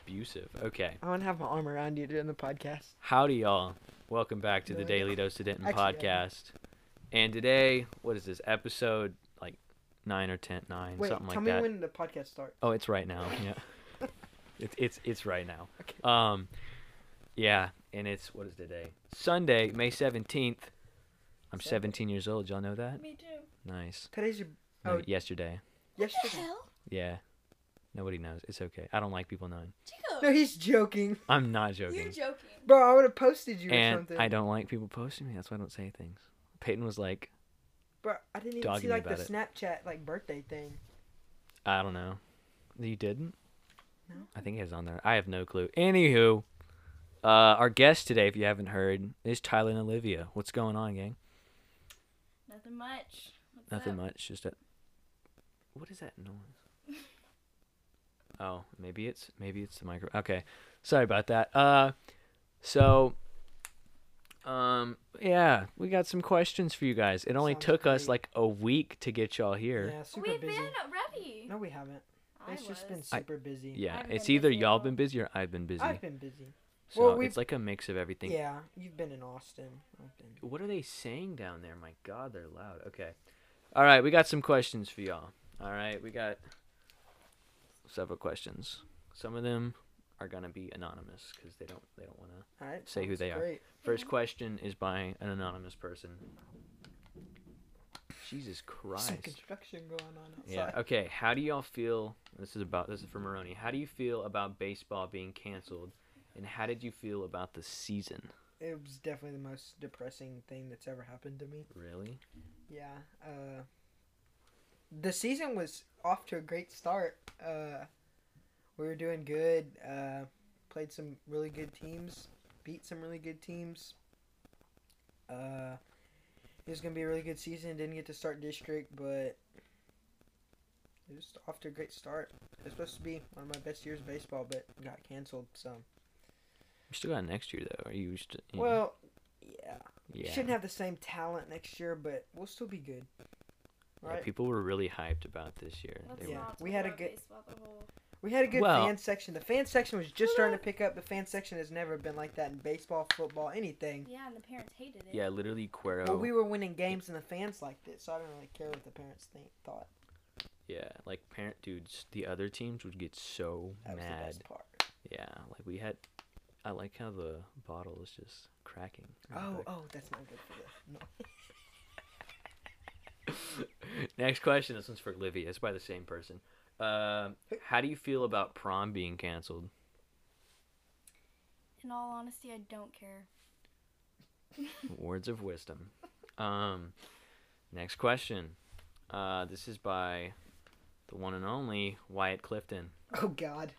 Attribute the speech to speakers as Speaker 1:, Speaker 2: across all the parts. Speaker 1: abusive. Okay.
Speaker 2: I want to have my arm around you during the podcast.
Speaker 1: Howdy, y'all. Welcome back to the
Speaker 2: Really?
Speaker 1: Daily Dose to Denton
Speaker 2: Actually, yeah.
Speaker 1: podcast. And today, what is this episode? Like nine or ten, nine,
Speaker 2: Wait,
Speaker 1: something
Speaker 2: tell
Speaker 1: like
Speaker 2: me
Speaker 1: that.
Speaker 2: when the podcast starts.
Speaker 1: Oh, it's right now. Yeah. it's it's it's right now.
Speaker 2: Okay.
Speaker 1: Um, yeah, and it's what is today? Sunday, May seventeenth. I'm
Speaker 2: Sunday.
Speaker 1: 17 years old. Y'all know that?
Speaker 3: Me too.
Speaker 1: Nice.
Speaker 2: Today's your
Speaker 1: No,
Speaker 2: Oh.
Speaker 1: yesterday.
Speaker 3: What the
Speaker 2: yesterday.
Speaker 3: hell?
Speaker 1: Yeah. Nobody knows. It's okay. I don't like people knowing.
Speaker 2: No,
Speaker 3: Jacob,
Speaker 2: he's joking,
Speaker 1: I'm not
Speaker 3: you're
Speaker 1: joking.
Speaker 3: joking.
Speaker 2: bro. I would have posted you or
Speaker 1: And
Speaker 2: something.
Speaker 1: I don't like people posting me. That's why I don't say things. Peyton was like,
Speaker 2: Bro, I didn't even
Speaker 1: Dogging
Speaker 2: see
Speaker 1: me
Speaker 2: like the
Speaker 1: about it.
Speaker 2: Snapchat like birthday thing.
Speaker 1: I don't know. You didn't?
Speaker 2: No.
Speaker 1: I think it was on there. I have no clue. Anywho, uh, our guest today, if you haven't heard, is Tyler and Olivia. What's going on, gang?
Speaker 3: Nothing much. What's
Speaker 1: Nothing
Speaker 3: up?
Speaker 1: much. Just a. What is that noise? oh, maybe it's maybe it's the micro. Okay, sorry about that. Uh, so. Um. Yeah, we got some questions for you guys. It only
Speaker 2: Sounds
Speaker 1: took us
Speaker 2: great.
Speaker 1: like a week to get y'all here.
Speaker 2: Yeah, super
Speaker 3: We've
Speaker 2: busy.
Speaker 3: been ready.
Speaker 2: No, we haven't.
Speaker 3: I
Speaker 2: it's just been
Speaker 3: was.
Speaker 1: I-
Speaker 2: super busy.
Speaker 1: Yeah,
Speaker 3: I've
Speaker 1: it's
Speaker 3: been
Speaker 1: either
Speaker 3: busy
Speaker 1: y'all
Speaker 3: all-
Speaker 1: been busy or I've been busy.
Speaker 2: I've been busy.
Speaker 1: so
Speaker 2: well, we've-
Speaker 1: it's like a mix of everything.
Speaker 2: Yeah, you've been in Austin. I've been-
Speaker 1: What are they saying down there? My God, they're loud. Okay. All right, we got some questions for y'all. All right, we got several questions. Some of them are gonna be anonymous because they don't they don't want to.
Speaker 2: All right.
Speaker 1: Say who
Speaker 2: sounds
Speaker 1: they are.
Speaker 2: great.
Speaker 1: First question is by an anonymous person. Jesus Christ.
Speaker 2: Some construction going on outside.
Speaker 1: Yeah. Okay. How do y'all feel? This is about this is for Maroney. How do you feel about baseball being canceled, and how did you feel about the season?
Speaker 2: It was definitely the most depressing thing that's ever happened to me.
Speaker 1: Really?
Speaker 2: Yeah. Uh, the season was off to a great start. Uh, we were doing good. Uh, played some really good teams. Beat some really good teams. Uh, it was gonna be a really good season. Didn't get to start district, but it was off to a great start. It was supposed to be one of my best years of baseball, but got canceled. So
Speaker 1: We still got next year though. Are you? St- you know,
Speaker 2: well, yeah.
Speaker 1: yeah.
Speaker 2: Shouldn't have the same talent next year, but we'll still be good.
Speaker 1: Yeah, people were really hyped about this year.
Speaker 3: Let's
Speaker 1: They
Speaker 2: Yeah.
Speaker 1: were.
Speaker 3: not
Speaker 2: We
Speaker 3: talk
Speaker 2: had a
Speaker 3: about
Speaker 2: good-
Speaker 3: baseball the whole-
Speaker 2: We had a good
Speaker 1: Well-
Speaker 2: fan section. The fan section was just starting to pick up. The fan section has never been like that in baseball, football, anything.
Speaker 3: Yeah, and the parents hated it.
Speaker 1: Yeah, literally Cuero.
Speaker 2: But we were winning games and the fans liked it, so I don't really care what the parents think thought.
Speaker 1: yeah, like parent dudes. The other teams would get so
Speaker 2: That was the
Speaker 1: mad.
Speaker 2: best part.
Speaker 1: Yeah, like we had. I like how the bottle is just cracking. in the
Speaker 2: Oh,
Speaker 1: back.
Speaker 2: oh, that's not good for this. No.
Speaker 1: Next question. This one's for Olivia. It's by the same person. Um, how do you feel about prom being canceled?
Speaker 3: In all honesty, I don't care.
Speaker 1: Words of wisdom. Um, next question. Uh, this is by the one and only Wyatt Clifton.
Speaker 2: Oh God!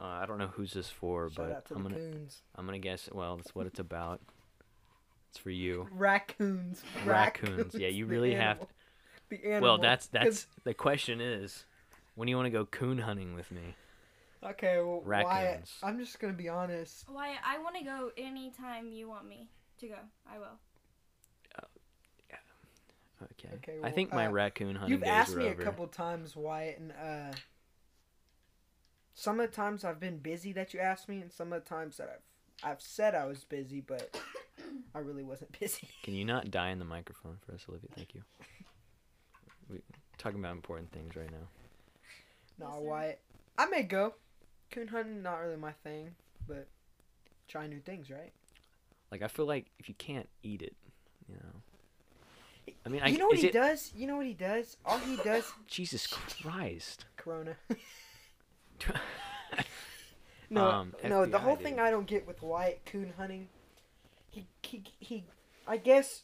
Speaker 1: Uh, I don't know who's this for,
Speaker 2: Shout out
Speaker 1: but
Speaker 2: to
Speaker 1: I'm
Speaker 2: the
Speaker 1: gonna
Speaker 2: coons.
Speaker 1: I'm gonna guess. Well, that's what it's about. It's for you.
Speaker 2: Raccoons.
Speaker 1: Raccoons. Yeah, you
Speaker 2: the
Speaker 1: really have
Speaker 2: animal.
Speaker 1: to.
Speaker 2: The animal.
Speaker 1: Well, that's
Speaker 2: 'Cause-
Speaker 1: that's the question is, when do you want to go coon hunting with me?
Speaker 2: okay. Well, Wyatt,
Speaker 1: Raccoons.
Speaker 2: I'm just gonna be honest.
Speaker 3: Why? I want to go anytime you want me to go. I will.
Speaker 1: Okay.
Speaker 2: Okay,
Speaker 1: I
Speaker 2: well,
Speaker 1: think my
Speaker 2: uh,
Speaker 1: raccoon hunting
Speaker 2: You've
Speaker 1: days
Speaker 2: asked
Speaker 1: were
Speaker 2: me
Speaker 1: over.
Speaker 2: a couple times, Wyatt, and uh, some of the times I've been busy that you asked me, and some of the times that I've I've said I was busy, but I really wasn't busy.
Speaker 1: Can you not die in the microphone for us, Olivia? Thank you. We talking about important things right now.
Speaker 2: no,
Speaker 3: Yes, sir.
Speaker 2: Wyatt, I may go. Coon hunting not really my thing, but try new things, right?
Speaker 1: Like I feel like if you can't eat it, you know. I mean, I,
Speaker 2: you know what
Speaker 1: is
Speaker 2: he
Speaker 1: it,
Speaker 2: does? You know what he does? All he does,
Speaker 1: Jesus Christ.
Speaker 2: Corona. No,
Speaker 1: Um,
Speaker 2: no. The
Speaker 1: FBI,
Speaker 2: whole thing
Speaker 1: dude.
Speaker 2: I don't get with Wyatt coon hunting, he, he he, I guess.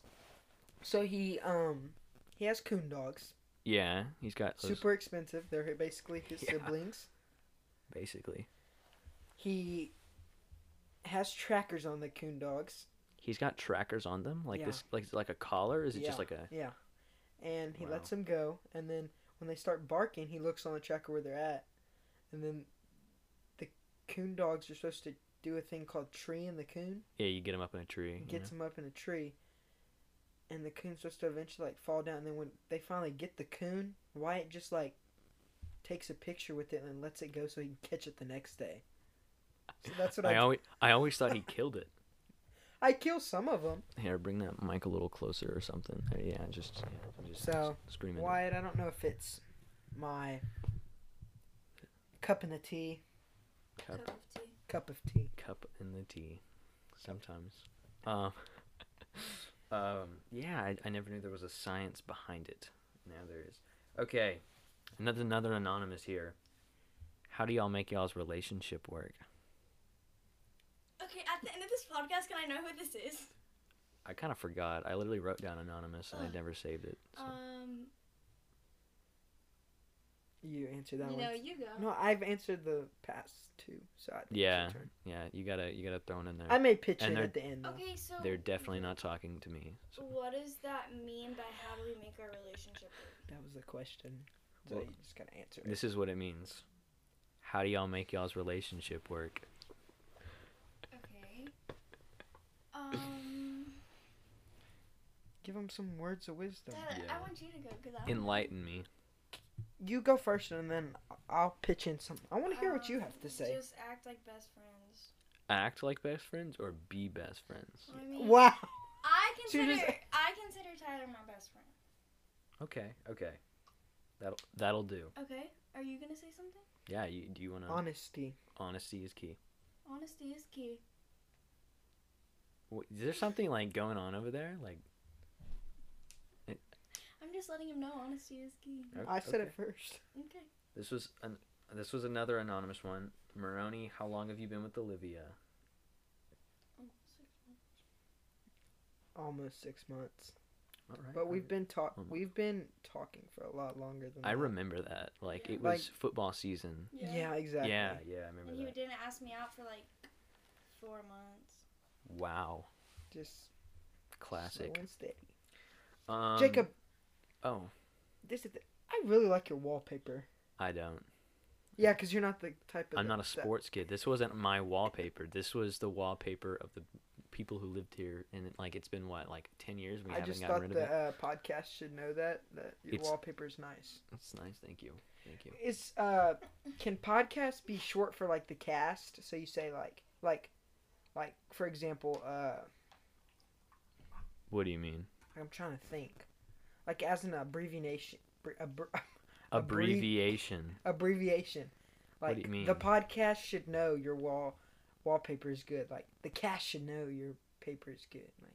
Speaker 2: So he um, he has coon dogs.
Speaker 1: yeah, he's got those,
Speaker 2: Super expensive. They're basically his
Speaker 1: Yeah.
Speaker 2: siblings.
Speaker 1: basically.
Speaker 2: He has trackers on the coon dogs.
Speaker 1: He's got trackers on them, like
Speaker 2: Yeah.
Speaker 1: this, like like a collar. Is it just
Speaker 2: Yeah.
Speaker 1: like a?
Speaker 2: Yeah, and he
Speaker 1: Wow.
Speaker 2: lets them go. And then when they start barking, he looks on the tracker where they're at. And then the coon dogs are supposed to do a thing called tree in the coon.
Speaker 1: Yeah, you get him up in a tree. you
Speaker 2: gets
Speaker 1: know?
Speaker 2: him up in a tree, and the coon's supposed to eventually like fall down. And then when they finally get the coon, Wyatt just like takes a picture with it and lets it go so he can catch it the next day. So that's what
Speaker 1: I
Speaker 2: I
Speaker 1: always I always thought he killed it.
Speaker 2: I kill some of them.
Speaker 1: Here, bring that mic a little closer or something. Uh, Yeah, just, yeah, I'm just
Speaker 2: So,
Speaker 1: s- screaming.
Speaker 2: Wyatt, I don't know if it's my cup in the tea,
Speaker 1: Cup,
Speaker 3: Cup of tea.
Speaker 2: cup of tea.
Speaker 1: cup in the tea. Sometimes. Um, um, yeah, I, I never knew there was a science behind it. Now there is. Okay, another another anonymous here. How do y'all make y'all's relationship work?
Speaker 3: Okay, at the end of this podcast, can I know who this is?
Speaker 1: I kind of forgot. I literally wrote down anonymous and I
Speaker 3: Ugh.
Speaker 1: never saved it. So.
Speaker 3: Um,
Speaker 2: You answer that
Speaker 3: you
Speaker 2: one.
Speaker 3: know, you go.
Speaker 2: no, I've answered the past two, so I think it's your
Speaker 1: Yeah.
Speaker 2: turn.
Speaker 1: yeah, you gotta you gotta throw it in there.
Speaker 2: I may pitch
Speaker 1: And
Speaker 2: in
Speaker 1: they're-
Speaker 2: at the end. Though.
Speaker 3: Okay, so
Speaker 1: They're definitely not talking to me. So.
Speaker 3: What does that mean by how do we make our relationship work?
Speaker 2: That was the question. So
Speaker 1: Well,
Speaker 2: you just gotta answer it.
Speaker 1: This is what it means. How do y'all make y'all's relationship work?
Speaker 3: Okay. Um,
Speaker 2: Give him some words of wisdom.
Speaker 3: Tyler,
Speaker 1: Yeah.
Speaker 3: I want you to go because I don't-
Speaker 1: Enlighten me.
Speaker 2: You go first, and then I'll pitch in some. I want to hear what you
Speaker 3: Um,
Speaker 2: have to say.
Speaker 3: Just act like best friends.
Speaker 1: Act like best friends or be best friends?
Speaker 3: I mean,
Speaker 2: Wow.
Speaker 3: I
Speaker 2: So you're
Speaker 3: consider
Speaker 2: just-
Speaker 3: I consider Tyler my best friend.
Speaker 1: Okay, okay. That'll that'll do.
Speaker 3: Okay. Are you gonna say something?
Speaker 1: Yeah, you, do you wanna
Speaker 2: Honesty.
Speaker 1: honesty is key.
Speaker 3: Honesty is key.
Speaker 1: Wh- Is there something like going on over there? Like
Speaker 3: I'm just letting him know honesty is key.
Speaker 1: o-
Speaker 2: I said
Speaker 1: Oh, okay.
Speaker 2: it first.
Speaker 3: Okay.
Speaker 1: This was an this was another anonymous one. Maroney, how long have you been with Olivia?
Speaker 3: Oh, six months.
Speaker 2: Almost six months,
Speaker 1: All right.
Speaker 2: but we've been talk.
Speaker 1: Um,
Speaker 2: We've been talking for a lot longer than.
Speaker 1: I
Speaker 2: that.
Speaker 1: remember that. Like
Speaker 3: Yeah.
Speaker 1: it
Speaker 2: Like-
Speaker 1: was football season.
Speaker 2: Yeah. exactly.
Speaker 1: Yeah, yeah, I remember
Speaker 3: And he
Speaker 1: that.
Speaker 3: didn't ask me out for like four months.
Speaker 1: Wow,
Speaker 2: Just
Speaker 1: classic.
Speaker 2: slow and steady.
Speaker 1: Um,
Speaker 2: Jacob,
Speaker 1: Oh,
Speaker 2: this is. The, I really like your wallpaper.
Speaker 1: I don't.
Speaker 2: Yeah, because you're not the type of.
Speaker 1: I'm
Speaker 2: the-
Speaker 1: not a
Speaker 2: the-
Speaker 1: sports kid. This wasn't my wallpaper. This was the wallpaper of the people who lived here, and it- like it's been what, like ten years. and We
Speaker 2: I
Speaker 1: haven't
Speaker 2: just
Speaker 1: gotten
Speaker 2: thought
Speaker 1: rid of
Speaker 2: the
Speaker 1: it.
Speaker 2: uh, podcast should know that that your
Speaker 1: It's-
Speaker 2: wallpaper's nice.
Speaker 1: That's nice. Thank you. Thank you.
Speaker 2: Is uh, can podcast be short for like the cast? So you say like like, like for example, uh,
Speaker 1: What do you mean?
Speaker 2: I'm trying to think, like as an abbreviation, bre- abbre-
Speaker 1: Abbreviation.
Speaker 2: abbreviation.
Speaker 1: What
Speaker 2: Like
Speaker 1: do you mean?
Speaker 2: the podcast should know your wall wallpaper is good. Like the cast should know your paper is good. Like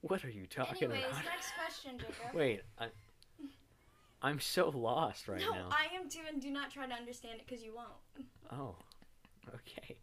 Speaker 1: What are you talking
Speaker 3: Anyways,
Speaker 1: about?
Speaker 3: next question, Jacob.
Speaker 1: Wait, I, I'm so lost right
Speaker 3: no,
Speaker 1: now.
Speaker 3: I am too, and do not try to understand it because you won't.
Speaker 1: Oh, okay.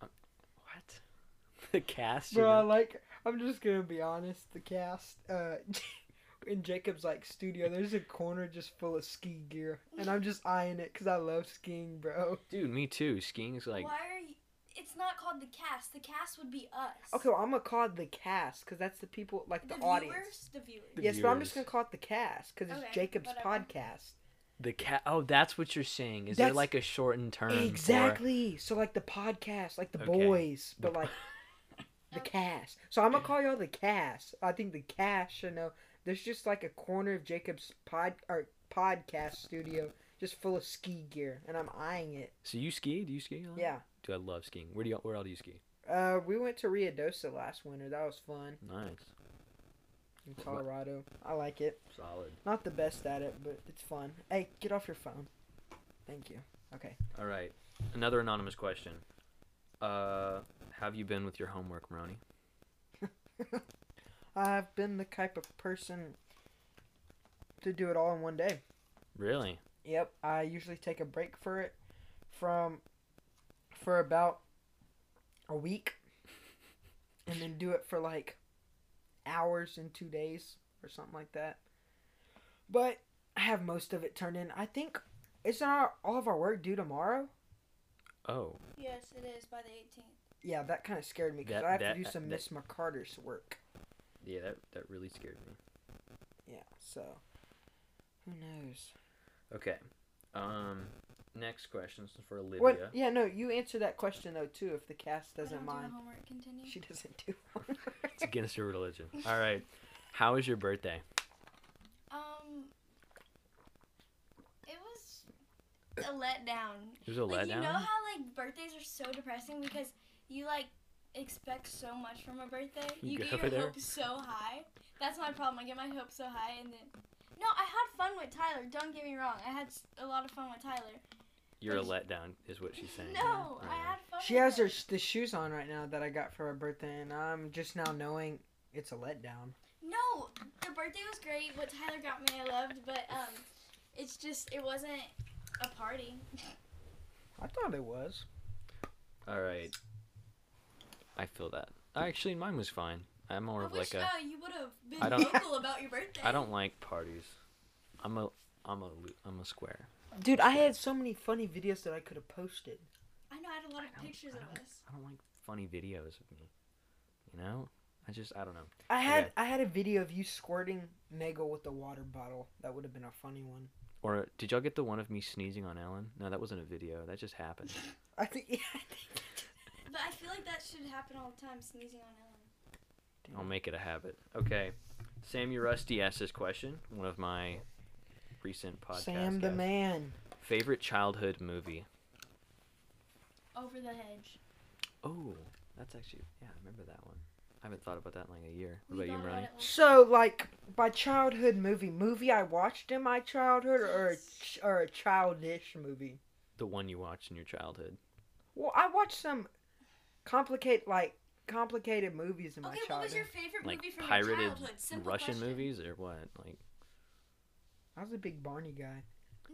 Speaker 1: Um, what? The cast.
Speaker 2: bro, I
Speaker 1: Bro,
Speaker 2: like I'm just gonna be honest. The cast. Uh, in Jacob's like studio, there's a corner just full of ski gear, and I'm just eyeing it because I love skiing, bro.
Speaker 1: Dude, me too. Skiing's like.
Speaker 3: Why are you? It's not called the cast. The cast would be us.
Speaker 2: Okay, well, I'm gonna call it the cast because that's the people, like
Speaker 3: The,
Speaker 2: the,
Speaker 3: viewers.
Speaker 2: audience.
Speaker 3: The viewers.
Speaker 1: The
Speaker 2: yes, but I'm
Speaker 1: viewers.
Speaker 2: just gonna call it the cast because
Speaker 3: Okay,
Speaker 2: it's Jacob's
Speaker 3: whatever.
Speaker 2: podcast.
Speaker 1: The cat. Oh, that's what you're saying. Is there
Speaker 2: That's-
Speaker 1: like a shortened term? for-
Speaker 2: Exactly. So like the podcast, like the
Speaker 1: Okay.
Speaker 2: boys,
Speaker 1: The
Speaker 2: but like the cast. So I'm gonna call y'all the cast. I think the cast should know. There's just like a corner of Jacob's pod or podcast studio just full of ski gear, and I'm eyeing it.
Speaker 1: So you ski? Do you ski? a lot?
Speaker 2: Yeah.
Speaker 1: Dude, I love skiing. Where do you? Where all do you ski?
Speaker 2: Uh, we went to Rio Dosa last winter. That was fun
Speaker 1: Nice,
Speaker 2: in Colorado. I like it.
Speaker 1: solid.
Speaker 2: Not the best at it, but it's fun. Hey, get off your phone. Thank you. Okay.
Speaker 1: All right, another anonymous question. Uh, have you been with your homework, Maroni?
Speaker 2: I've been the type of person to do it all in one day.
Speaker 1: Really?
Speaker 2: Yep, I usually take a break for it from for about a week and then do it for like hours in 2 days or something like that. But I have most of it turned in. I think isn't our, all of our work due tomorrow?
Speaker 1: Oh,
Speaker 3: Yes, it is by the 18th.
Speaker 2: Yeah, that kind of scared me because
Speaker 1: That-
Speaker 2: I have
Speaker 1: that-
Speaker 2: to do some
Speaker 1: that-
Speaker 2: Miss McCarter's work.
Speaker 1: yeah. That that really scared me.
Speaker 2: Yeah, so who knows?
Speaker 1: Okay. Um, next question is for Olivia.
Speaker 2: What? Yeah, no, you answer that question though too. If the cast
Speaker 3: I don't
Speaker 2: doesn't
Speaker 3: do
Speaker 2: mind,
Speaker 3: homework. Continue.
Speaker 2: she doesn't do.
Speaker 1: It's against your religion. All right. How was your birthday?
Speaker 3: Um. It was a letdown.
Speaker 1: It was a
Speaker 3: Like
Speaker 1: letdown.
Speaker 3: you know how like birthdays are so depressing because you like expect so much from a birthday.
Speaker 1: You
Speaker 3: You,
Speaker 1: go
Speaker 3: get your
Speaker 1: there.
Speaker 3: hopes so high. That's my problem. I get my hopes so high and then No, I had fun with Tyler. Don't get me wrong. I had s- a lot of fun with Tyler.
Speaker 1: You're a letdown, is what she's saying.
Speaker 3: No,
Speaker 1: Yeah.
Speaker 3: I had fun.
Speaker 2: She
Speaker 3: with
Speaker 2: has her
Speaker 3: it.
Speaker 2: sh- the shoes on right now that I got for her birthday, and I'm just now knowing it's a letdown.
Speaker 3: No, the birthday was great. What Tyler got me, I loved, but um it's just it wasn't a party.
Speaker 2: I thought it was.
Speaker 1: All right. I feel that. Actually, mine was fine. I'm more
Speaker 3: I
Speaker 1: of
Speaker 3: wish
Speaker 1: like a.
Speaker 3: uh, you would have been
Speaker 1: I don't-
Speaker 3: vocal about your birthday.
Speaker 1: I don't like parties. I'm a. I'm a. lo- I'm a square.
Speaker 2: Dude, I had so many funny videos that I could have posted.
Speaker 3: I know I had a lot
Speaker 1: I
Speaker 3: of
Speaker 1: don't-
Speaker 3: pictures
Speaker 1: I
Speaker 3: of
Speaker 1: don't-
Speaker 3: us.
Speaker 1: I don't like funny videos of me. You know. I just. I don't know.
Speaker 2: I had
Speaker 1: Okay.
Speaker 2: I had a video of you squirting Megal with a water bottle. That would have been a funny one.
Speaker 1: Or did y'all get the one of me sneezing on Ellen? No, that wasn't a video. That just happened.
Speaker 2: I think. Yeah.
Speaker 3: But I feel like that should happen all the time, sneezing on Ellen.
Speaker 1: I'll make it a habit. Okay. Sam, you rusty asked this question. One of my recent podcasts.
Speaker 2: Sam the man.
Speaker 1: Favorite childhood movie.
Speaker 3: Over the hedge.
Speaker 1: Oh, that's actually yeah. I remember that one. I haven't thought about that in like a year. What
Speaker 3: We
Speaker 1: about you,
Speaker 3: thought
Speaker 1: Ronnie?
Speaker 3: it last-
Speaker 2: So like by childhood movie, movie I watched in my childhood, or a
Speaker 3: Yes.
Speaker 2: ch- or a childish movie.
Speaker 1: The one you watched in your childhood.
Speaker 2: Well, I watched some complicated like complicated movies in my
Speaker 3: Okay,
Speaker 2: childhood.
Speaker 3: what was your favorite
Speaker 1: Like
Speaker 3: movie from your
Speaker 1: pirated
Speaker 3: childhood? Simple
Speaker 1: Russian
Speaker 3: question.
Speaker 1: movies or what? Like
Speaker 2: I was a big Barney guy.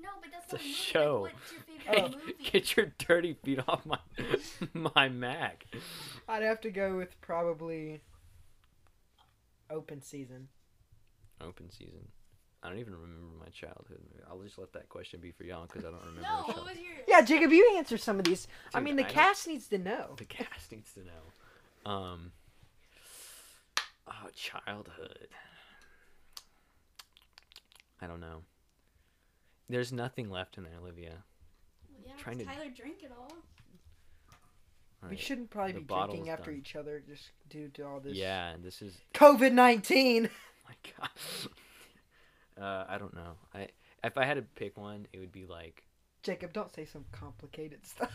Speaker 3: No, but that's
Speaker 1: It's a
Speaker 3: not a movie.
Speaker 1: show.
Speaker 3: like, what's your
Speaker 1: hey,
Speaker 3: favorite movie?
Speaker 1: get your dirty feet off my my Mac.
Speaker 2: I'd have to go with probably Open Season.
Speaker 1: Open season. I don't even remember my childhood movie. I'll just let that question be for y'all because I don't remember.
Speaker 3: No,
Speaker 1: the
Speaker 3: what
Speaker 1: child-
Speaker 3: was your?
Speaker 2: Yeah, Jacob, you answer some of these. I
Speaker 1: Dude,
Speaker 2: mean, the
Speaker 1: I don't-
Speaker 2: cast needs to know.
Speaker 1: The cast needs to know. Um. Oh, childhood. I don't know. There's nothing left in there, Olivia.
Speaker 3: Well, yeah,
Speaker 1: Trying to-
Speaker 3: Tyler drink it all.
Speaker 1: All
Speaker 2: We
Speaker 1: right.
Speaker 2: shouldn't probably
Speaker 1: The
Speaker 2: be drinking
Speaker 1: bottle's
Speaker 2: after
Speaker 1: done.
Speaker 2: each other just due to all this.
Speaker 1: Yeah, this is
Speaker 2: COVID nineteen.
Speaker 1: my god. Uh, I don't know. I if I had to pick one, it would be like
Speaker 2: Jacob, don't say some complicated stuff.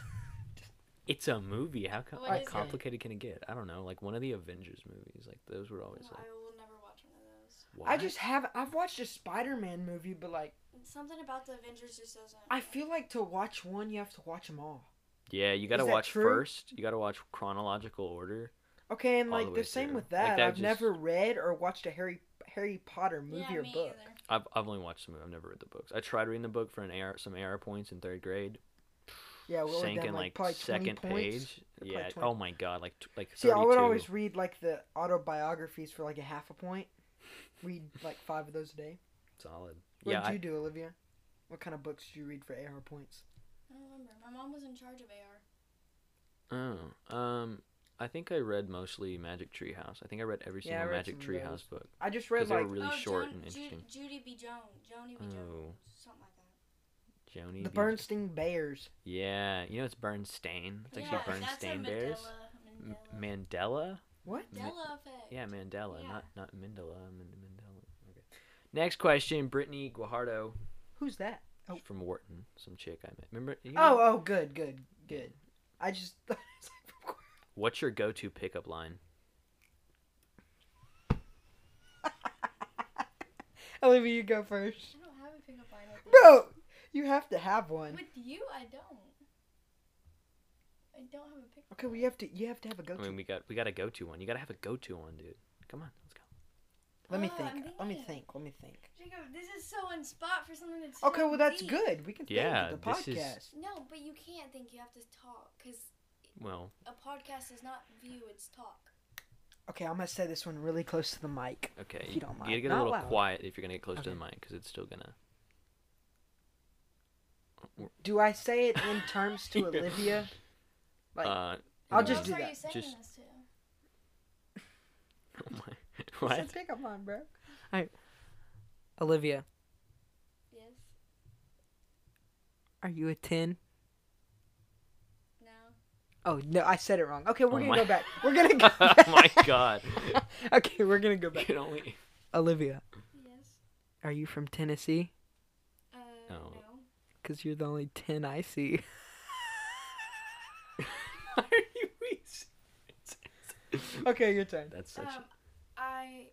Speaker 1: it's a movie. How co-
Speaker 3: What
Speaker 1: how
Speaker 2: is it?
Speaker 1: complicated can it get? I don't know. Like one of the Avengers movies. Like those were always
Speaker 3: No,
Speaker 1: like.
Speaker 3: I will never watch one of those.
Speaker 2: I
Speaker 1: "What?"
Speaker 2: just have. I've watched a Spider Man movie, but like,
Speaker 3: And something about the Avengers just doesn't.
Speaker 2: I feel like to watch one, you have to watch them all.
Speaker 1: Yeah, you gotta
Speaker 2: Is that
Speaker 1: watch
Speaker 2: true?
Speaker 1: first. You gotta watch chronological order.
Speaker 2: Okay, and
Speaker 1: All
Speaker 2: like
Speaker 1: the
Speaker 2: the,
Speaker 1: way
Speaker 2: same
Speaker 1: through.
Speaker 2: with
Speaker 1: Like,
Speaker 2: that.
Speaker 1: that
Speaker 2: I've
Speaker 1: just-
Speaker 2: never read or watched a Harry Harry Potter movie
Speaker 3: yeah,
Speaker 2: or
Speaker 3: me
Speaker 2: book.
Speaker 3: either.
Speaker 1: I've, I've only watched the movie. I've never read the books. I tried reading the book for an AR, some AR points in third grade.
Speaker 2: Yeah, we're only
Speaker 1: sank
Speaker 2: down
Speaker 1: in like,
Speaker 2: like, probably
Speaker 1: second
Speaker 2: 20 points.
Speaker 1: page.
Speaker 2: Probably
Speaker 1: Yeah.
Speaker 2: 20.
Speaker 1: Oh my god. Like t- like.
Speaker 2: See, I would
Speaker 1: 32.
Speaker 2: always read like the autobiographies for like a half a point. Read like five of those a day.
Speaker 1: solid.
Speaker 2: What
Speaker 1: yeah.
Speaker 2: did
Speaker 1: I,
Speaker 2: you do, Olivia? What kind of books did you read for AR points?
Speaker 3: I don't remember. My mom was in charge of AR.
Speaker 1: oh, um. I think I read mostly Magic Tree House. I think I read every
Speaker 2: Yeah, I
Speaker 1: single
Speaker 2: read
Speaker 1: Magic
Speaker 2: some of
Speaker 1: Tree House book
Speaker 2: I just
Speaker 1: because
Speaker 2: read
Speaker 1: they were
Speaker 2: like
Speaker 1: really
Speaker 3: oh,
Speaker 1: short
Speaker 3: Joan,
Speaker 1: and interesting.
Speaker 3: Ju- Judy B. Jones. Joni B.
Speaker 1: Oh.
Speaker 3: Jones. Something like that.
Speaker 1: Joni.
Speaker 2: the
Speaker 1: B-
Speaker 2: Bernstein Bears.
Speaker 1: Yeah, you know it's Bernstein. It's
Speaker 3: yeah,
Speaker 1: actually Bernstein
Speaker 3: that's a
Speaker 1: Bears.
Speaker 3: Mandela,
Speaker 1: M-
Speaker 3: Mandela.
Speaker 1: Mandela.
Speaker 2: What?
Speaker 1: Ma-
Speaker 3: Mandela effect.
Speaker 1: Yeah, Mandela,
Speaker 3: Yeah.
Speaker 1: not not Mandela. Min- Mandela. Okay. Next question, Brittany Guajardo
Speaker 2: Who's that? Oh.
Speaker 1: from Wharton, some chick I met. Remember? you
Speaker 2: Oh,
Speaker 1: know-
Speaker 2: oh, good, good, good. I just thought it was like from
Speaker 1: What's your go-to pickup line?
Speaker 2: Olivia, you go first.
Speaker 3: I don't have a pickup line. I think.
Speaker 2: Bro, you have to have one.
Speaker 3: With you, I don't. I don't have a pickup.
Speaker 2: Okay, we have to. You have to have a go.
Speaker 1: I mean, we got we got a go-to one. You gotta have a go-to one, dude. Come on, let's go.
Speaker 2: Let me
Speaker 3: Oh, I'm
Speaker 2: think. Let me
Speaker 3: thinking.
Speaker 2: think. Let me think.
Speaker 3: Jacob, this is so on spot for something that's. so
Speaker 2: Okay, well that's
Speaker 3: deep.
Speaker 2: good. We can think
Speaker 1: Yeah,
Speaker 2: of the
Speaker 1: this is-
Speaker 2: podcast.
Speaker 3: No, but you can't think. You have to talk because
Speaker 1: Well,
Speaker 3: a podcast is not view; it's talk.
Speaker 2: Okay, I'm gonna say this one really close to the mic.
Speaker 1: okay.
Speaker 2: If you
Speaker 1: You,
Speaker 2: don't
Speaker 1: you
Speaker 2: mind.
Speaker 1: gotta get a
Speaker 2: Not
Speaker 1: little
Speaker 2: loud.
Speaker 1: quiet if you're gonna get close to
Speaker 2: Okay.
Speaker 1: the mic because it's still gonna.
Speaker 2: Do I say it in terms to Olivia? Like,
Speaker 1: uh,
Speaker 2: I'll
Speaker 3: Who
Speaker 2: just
Speaker 3: else
Speaker 2: do
Speaker 3: are
Speaker 2: that.
Speaker 3: You saying
Speaker 1: Just-
Speaker 3: this to?
Speaker 1: oh my-
Speaker 2: It's
Speaker 1: what?
Speaker 2: a pickup line, bro. I, Olivia,
Speaker 3: Yes.
Speaker 2: are you a ten?
Speaker 3: No.
Speaker 2: Oh no, I said it wrong. Okay, we're
Speaker 1: Oh
Speaker 2: gonna
Speaker 1: my-
Speaker 2: go back. We're gonna go.
Speaker 1: oh my god!
Speaker 2: okay, we're gonna go
Speaker 1: You
Speaker 2: back.
Speaker 1: can only.
Speaker 2: Olivia,
Speaker 3: Yes.
Speaker 2: are you from Tennessee?
Speaker 3: Uh,
Speaker 1: No.
Speaker 3: no.
Speaker 2: Because you're the only 10 I see.
Speaker 1: Why are you wheezing?
Speaker 2: okay, your turn.
Speaker 1: That's such.
Speaker 3: Um, I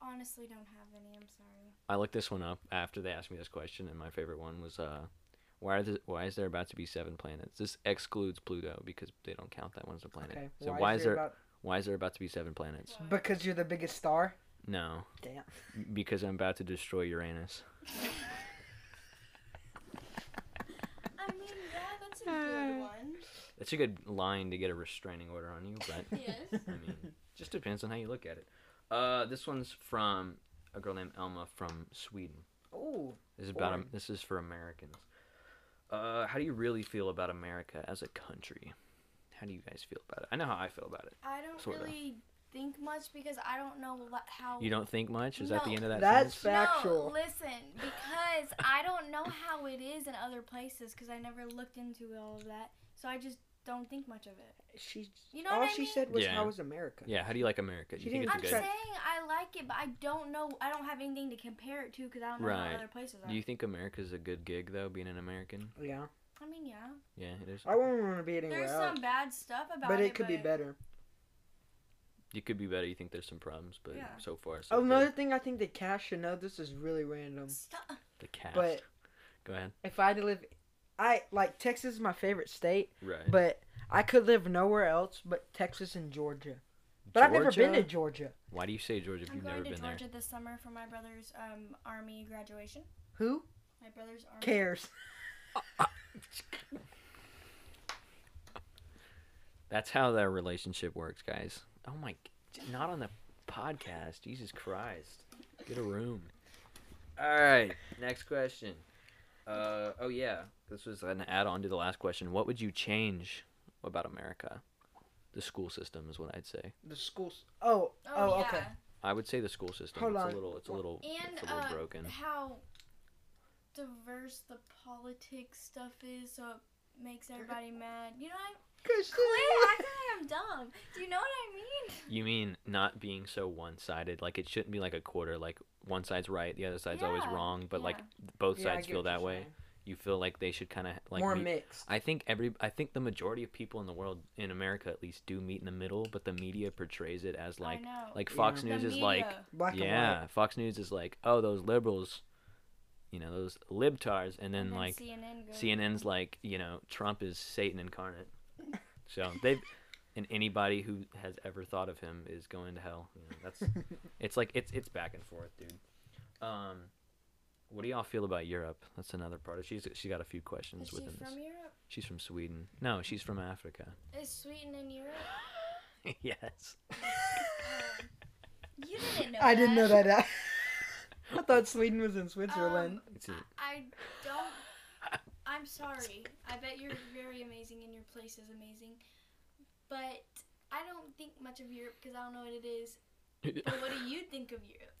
Speaker 3: honestly don't have any. I'm sorry.
Speaker 1: I looked this one up after they asked me this question, and my favorite one was, uh, "Why are the, why is there about to be seven planets?" This excludes Pluto because they don't count that one as a planet.
Speaker 2: Okay.
Speaker 1: So why is there
Speaker 2: about-
Speaker 1: why is there about to be seven planets?
Speaker 3: Why?
Speaker 2: Because you're the biggest star?
Speaker 1: No,
Speaker 2: Damn.
Speaker 1: because I'm about to destroy Uranus.
Speaker 3: I mean, yeah, that's a
Speaker 1: Uh,
Speaker 3: good one.
Speaker 1: That's a good line to get a restraining order on you, but
Speaker 3: Yes.
Speaker 1: I mean, just depends on how you look at it. Uh, this one's from a girl named Elma from Sweden.
Speaker 2: Ooh.
Speaker 1: This is about
Speaker 2: Foreign.
Speaker 1: this is for Americans. Uh, how do you really feel about America as a country? How do you guys feel about it? I know how I feel about it.
Speaker 3: I don't
Speaker 1: Sorta.
Speaker 3: really think much because I don't know what, how.
Speaker 1: You don't think much? Is that the
Speaker 3: No.
Speaker 1: end of that sentence?
Speaker 2: That's fa- Factual.
Speaker 3: No, listen, because I don't know how it is in other places because I never looked into all of that, so I just don't think much of it.
Speaker 2: She,
Speaker 3: You know
Speaker 2: all
Speaker 3: what I
Speaker 2: she
Speaker 3: mean?
Speaker 2: said was,
Speaker 1: Yeah.
Speaker 2: How is America?
Speaker 1: Yeah, how do you like America? Do
Speaker 2: She
Speaker 1: you think
Speaker 2: didn't
Speaker 1: it's
Speaker 3: I'm
Speaker 2: even
Speaker 1: good?
Speaker 2: try-
Speaker 3: saying I like it, but I don't know. I don't have anything to compare it to because I don't know
Speaker 1: Right.
Speaker 3: how other places are.
Speaker 1: Do you think America's a good gig though, being an American?
Speaker 2: Yeah.
Speaker 3: I mean, yeah,
Speaker 1: Yeah, it is.
Speaker 2: I wouldn't want to be anywhere
Speaker 3: there's
Speaker 2: else.
Speaker 3: some bad stuff about
Speaker 2: But
Speaker 3: it,
Speaker 2: it could be better.
Speaker 1: You could be better. You think there's some problems, but
Speaker 3: Yeah.
Speaker 1: so far, so
Speaker 2: Oh, Another
Speaker 1: good.
Speaker 2: thing I think that Cash should know, this is really random.
Speaker 3: Stop.
Speaker 1: the cast.
Speaker 2: But
Speaker 1: Go ahead.
Speaker 2: if I had to live, I like Texas is my favorite state,
Speaker 1: Right.
Speaker 2: but I could live nowhere else but Texas and Georgia. But I've never been to Georgia.
Speaker 1: Why do you say Georgia if
Speaker 3: I'm
Speaker 1: you've
Speaker 3: going
Speaker 1: never
Speaker 3: to
Speaker 1: been there?
Speaker 3: Georgia this summer for my brother's um, army graduation.
Speaker 2: Who
Speaker 3: My brother's army.
Speaker 2: cares?
Speaker 1: That's how their relationship works, guys. Oh my, g- not on the podcast. Jesus Christ. Get a room. All right, next question. Uh, oh yeah, this was an add-on to the last question. What would you change about America? The school system is what I'd say.
Speaker 2: The schools. Oh,
Speaker 3: Oh,
Speaker 2: oh,
Speaker 3: yeah.
Speaker 2: okay.
Speaker 1: I would say the school system.
Speaker 2: Hold
Speaker 1: it's
Speaker 2: on.
Speaker 1: a little, it's a little,
Speaker 3: And
Speaker 1: it's a little
Speaker 3: uh,
Speaker 1: broken.
Speaker 3: how diverse the politics stuff is, so it makes everybody mad. You know, I'm
Speaker 2: Cause
Speaker 3: clear. I feel like I'm dumb. Do you know what I mean?
Speaker 1: You mean not being so one-sided? Like it shouldn't be like a quarter. Like one side's right, the other side's always
Speaker 3: Yeah,
Speaker 1: wrong. But like
Speaker 3: yeah.
Speaker 1: both
Speaker 2: Yeah, I
Speaker 1: sides
Speaker 2: get
Speaker 1: feel
Speaker 2: what you're
Speaker 1: that way.
Speaker 2: saying.
Speaker 1: You feel like they should kind of like
Speaker 2: More
Speaker 1: meet-
Speaker 2: mixed.
Speaker 1: I think every I think the majority of people in the world in America at least do meet in the middle, but the media portrays it as like
Speaker 3: I know.
Speaker 1: like
Speaker 2: Yeah.
Speaker 1: Fox
Speaker 2: The
Speaker 1: News
Speaker 3: the
Speaker 1: is like
Speaker 3: media.
Speaker 2: Black
Speaker 1: yeah, Fox News is like oh those liberals, you know those libtards, and then
Speaker 3: And then
Speaker 1: like
Speaker 3: CNN goes-
Speaker 1: CNN's like you know Trump is Satan incarnate, so they and anybody who has ever thought of him is going to hell. You know, that's
Speaker 2: and white.
Speaker 1: it's like it's it's back and forth, dude. Um, what do y'all feel about Europe? That's another part. She's she got a few questions
Speaker 3: Is she
Speaker 1: within
Speaker 3: from
Speaker 1: this.
Speaker 3: Europe?
Speaker 1: She's from Sweden. No, she's from Africa.
Speaker 3: Is Sweden in Europe?
Speaker 1: yes.
Speaker 3: You didn't know.
Speaker 2: I didn't know that. I thought Sweden was in Switzerland.
Speaker 3: Um,
Speaker 1: It's a-
Speaker 3: I don't. I'm sorry. I bet you're very amazing and your place is amazing, but I don't think much of Europe because I don't know what it is.
Speaker 1: All
Speaker 3: But what do you think of Europe?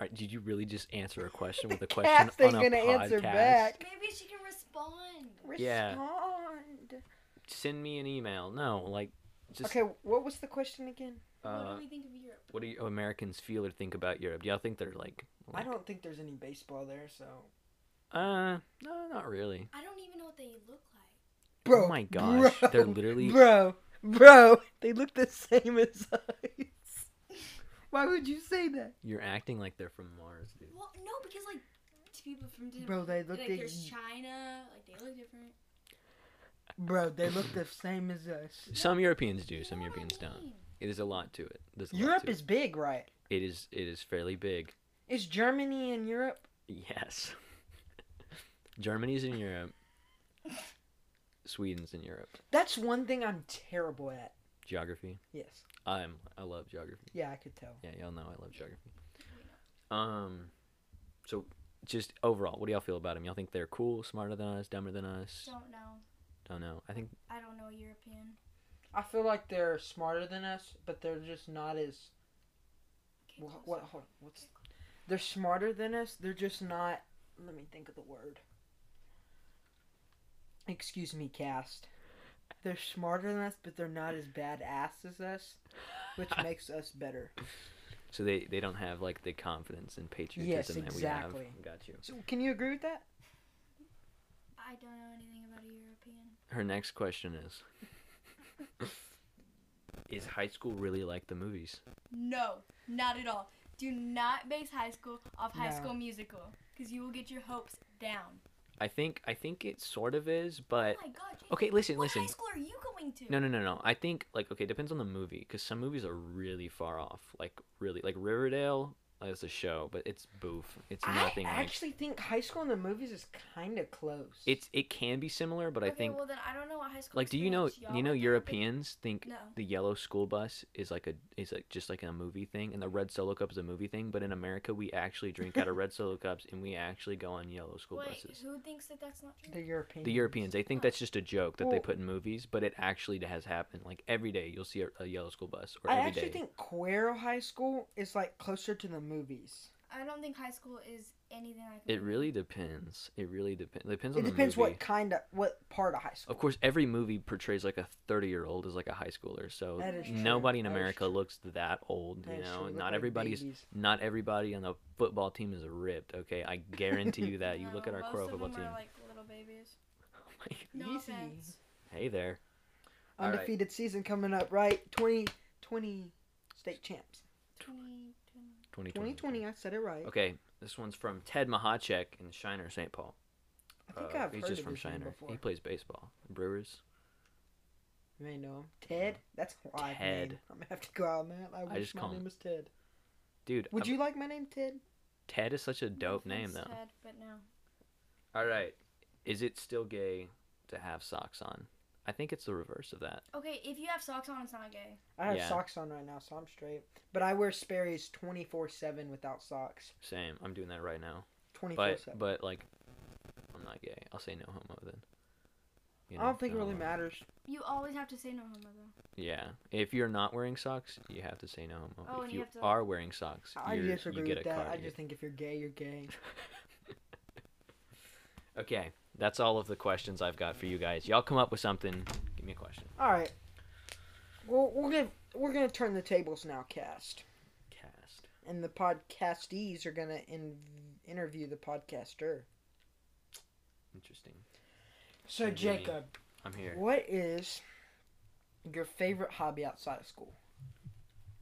Speaker 1: right, did you really just answer a question with a question
Speaker 2: Cass
Speaker 1: on
Speaker 2: ain't
Speaker 1: a
Speaker 2: gonna
Speaker 1: podcast?
Speaker 2: answer back.
Speaker 3: Maybe she can respond.
Speaker 1: Yeah.
Speaker 2: Respond.
Speaker 1: Send me an email. No, like just
Speaker 2: Okay, what was the question again?
Speaker 1: uh,
Speaker 3: what do we think of Europe?
Speaker 1: what do you, Americans feel or think about Europe? Do y'all think they're like,
Speaker 2: I
Speaker 1: like
Speaker 2: don't think there's any baseball there, so.
Speaker 1: uh no, not really.
Speaker 3: I don't even know what they look like.
Speaker 1: oh my gosh. They're literally
Speaker 2: Bro, bro, they look the same as us. Why would you say that?
Speaker 1: you're acting like they're from Mars, dude.
Speaker 3: Well, no, because like to people from different.
Speaker 2: Bro, they look
Speaker 3: like
Speaker 2: the-
Speaker 3: there's China. Like they look different.
Speaker 2: Bro, they look the same as us.
Speaker 1: Some Europeans do,
Speaker 3: You
Speaker 1: some
Speaker 3: know what I
Speaker 1: Europeans don't.
Speaker 3: mean.
Speaker 1: It is a lot to it. There's a lot
Speaker 2: Europe
Speaker 1: to
Speaker 2: is big, right?
Speaker 1: it. it is it is fairly big.
Speaker 2: Is Germany in Europe?
Speaker 1: Yes. Germany's in Europe. Sweden's in Europe.
Speaker 2: That's one thing I'm terrible at.
Speaker 1: Geography.
Speaker 2: Yes.
Speaker 1: I'm I love geography.
Speaker 2: Yeah, I could tell.
Speaker 1: Yeah, y'all know I love geography. Um so just overall, what do y'all feel about them? Y'all think they're cool, smarter than us, dumber than us?
Speaker 3: Don't know.
Speaker 1: Don't know. I think
Speaker 3: I don't know a European.
Speaker 2: I feel like they're smarter than us, but they're just not as.
Speaker 3: Okay,
Speaker 2: What?
Speaker 3: close.
Speaker 2: what hold on, what's? They're smarter than us. They're just not. Let me think of the word. Excuse me, cast. They're smarter than us, but they're not as badass as us, which makes us better.
Speaker 1: so they they don't have like the confidence and patriotism that we
Speaker 2: exactly.
Speaker 1: have. Got you.
Speaker 2: So, can you agree with that?
Speaker 3: I I don't know anything about a European.
Speaker 1: Her next question is Is high school really like the movies?
Speaker 3: No, not at all. Do not base high school off High
Speaker 2: No.
Speaker 3: School Musical because you will get your hopes down.
Speaker 1: I think I think it sort of is, but
Speaker 3: oh my God. Jason,
Speaker 1: okay, listen,
Speaker 3: what
Speaker 1: listen.
Speaker 3: high school are you going to?
Speaker 1: No, no, no, no. I think like okay, depends on the movie cuz some movies are really far off. Like really like Riverdale as a show, but it's boof. It's
Speaker 2: I
Speaker 1: nothing like
Speaker 2: actually think high school and the movies is kind of close.
Speaker 1: it's it can be similar, but I
Speaker 3: okay,
Speaker 1: think
Speaker 3: Well, then I don't know what high school.
Speaker 1: like do you know
Speaker 3: experience y'all
Speaker 1: you know
Speaker 3: had, but-
Speaker 1: Europeans think
Speaker 3: No.
Speaker 1: the yellow school bus is like a is like just like a movie thing and the red solo cup is a movie thing, but in America we actually drink out of red solo cups and we actually go on yellow school
Speaker 3: Wait,
Speaker 1: buses.
Speaker 3: who thinks that that's not true?
Speaker 2: the Europeans.
Speaker 1: The Europeans, they think that's just a joke that they
Speaker 2: Well-
Speaker 1: put in movies, but it actually has happened. Like every day you'll see a, a yellow school bus or
Speaker 2: I
Speaker 1: every day.
Speaker 2: actually think Cuero High School is like closer to the movies.
Speaker 3: I don't think high school is anything like.
Speaker 1: It really depends. It really depends. Depends on
Speaker 2: it
Speaker 1: the
Speaker 2: depends
Speaker 1: movie.
Speaker 2: what kind of what part of high school.
Speaker 1: Of course, every movie portrays like a thirty-year-old as like a high schooler. So
Speaker 2: That is true.
Speaker 1: nobody in
Speaker 2: That is
Speaker 1: America
Speaker 2: true.
Speaker 1: looks that old.
Speaker 2: They
Speaker 1: you know,
Speaker 2: actually look
Speaker 1: not
Speaker 2: like
Speaker 1: everybody's
Speaker 2: babies.
Speaker 1: not everybody on the football team is ripped. Okay, I guarantee you that. You look at our
Speaker 3: most
Speaker 1: Crow
Speaker 3: of
Speaker 1: football
Speaker 3: them
Speaker 1: team.
Speaker 3: Are like little babies. No
Speaker 2: Easy.
Speaker 3: offense.
Speaker 1: hey there. All right.
Speaker 2: Undefeated season coming up, right? 2020 state champs.
Speaker 3: 20, 20.
Speaker 1: 2020.
Speaker 2: 2020, I said it right.
Speaker 1: Okay, this one's from Ted Mahacek in Shiner, St. Paul.
Speaker 2: I think
Speaker 1: Uh,
Speaker 2: I've
Speaker 1: he's
Speaker 2: heard
Speaker 1: just
Speaker 2: of
Speaker 1: from
Speaker 2: his name
Speaker 1: Shiner.
Speaker 2: before.
Speaker 1: He plays baseball. Brewers.
Speaker 2: You may know him. Ted? That's a live
Speaker 1: Ted.
Speaker 2: name. I'm gonna have to go out, man. I wish
Speaker 1: just
Speaker 2: my
Speaker 1: call him-
Speaker 2: name was Ted.
Speaker 1: Dude,
Speaker 2: Would
Speaker 1: I'm-
Speaker 2: you like my name, Ted?
Speaker 1: Ted is such a dope
Speaker 3: No
Speaker 1: name
Speaker 3: offense,
Speaker 1: though.
Speaker 3: Ted, but no.
Speaker 1: All right. Is it still gay to have socks on? I think it's the reverse of that.
Speaker 3: Okay, if you have socks on, it's not gay.
Speaker 2: I have
Speaker 1: Yeah.
Speaker 2: socks on right now, so I'm straight. But I wear Sperry's 24 7 without socks.
Speaker 1: Same. I'm doing that right now.
Speaker 2: 24
Speaker 1: But
Speaker 2: 7.
Speaker 1: but like I'm not gay. I'll say no homo then. You
Speaker 2: I
Speaker 1: know,
Speaker 2: don't think it
Speaker 1: no
Speaker 2: really
Speaker 1: homo.
Speaker 2: matters.
Speaker 3: You always have to say no homo though.
Speaker 1: Yeah. If you're not wearing socks, you have to say no homo.
Speaker 3: Oh,
Speaker 1: if
Speaker 3: and
Speaker 1: you,
Speaker 3: you have to-
Speaker 1: are wearing socks,
Speaker 2: I
Speaker 1: you're-
Speaker 2: disagree
Speaker 1: you get
Speaker 2: with
Speaker 1: a
Speaker 2: that.
Speaker 1: card.
Speaker 2: I just think if you're gay, you're gay.
Speaker 1: Okay. That's all of the questions I've got for you guys. Y'all come up with something. Give me a question.
Speaker 2: All right. Well, we're gonna we're gonna turn the tables now, cast,
Speaker 1: Cast.
Speaker 2: and the podcastees are gonna in, interview the podcaster.
Speaker 1: Interesting.
Speaker 2: So
Speaker 1: Interview me.
Speaker 2: Jacob,
Speaker 1: I'm here.
Speaker 2: what is your favorite hobby outside of school?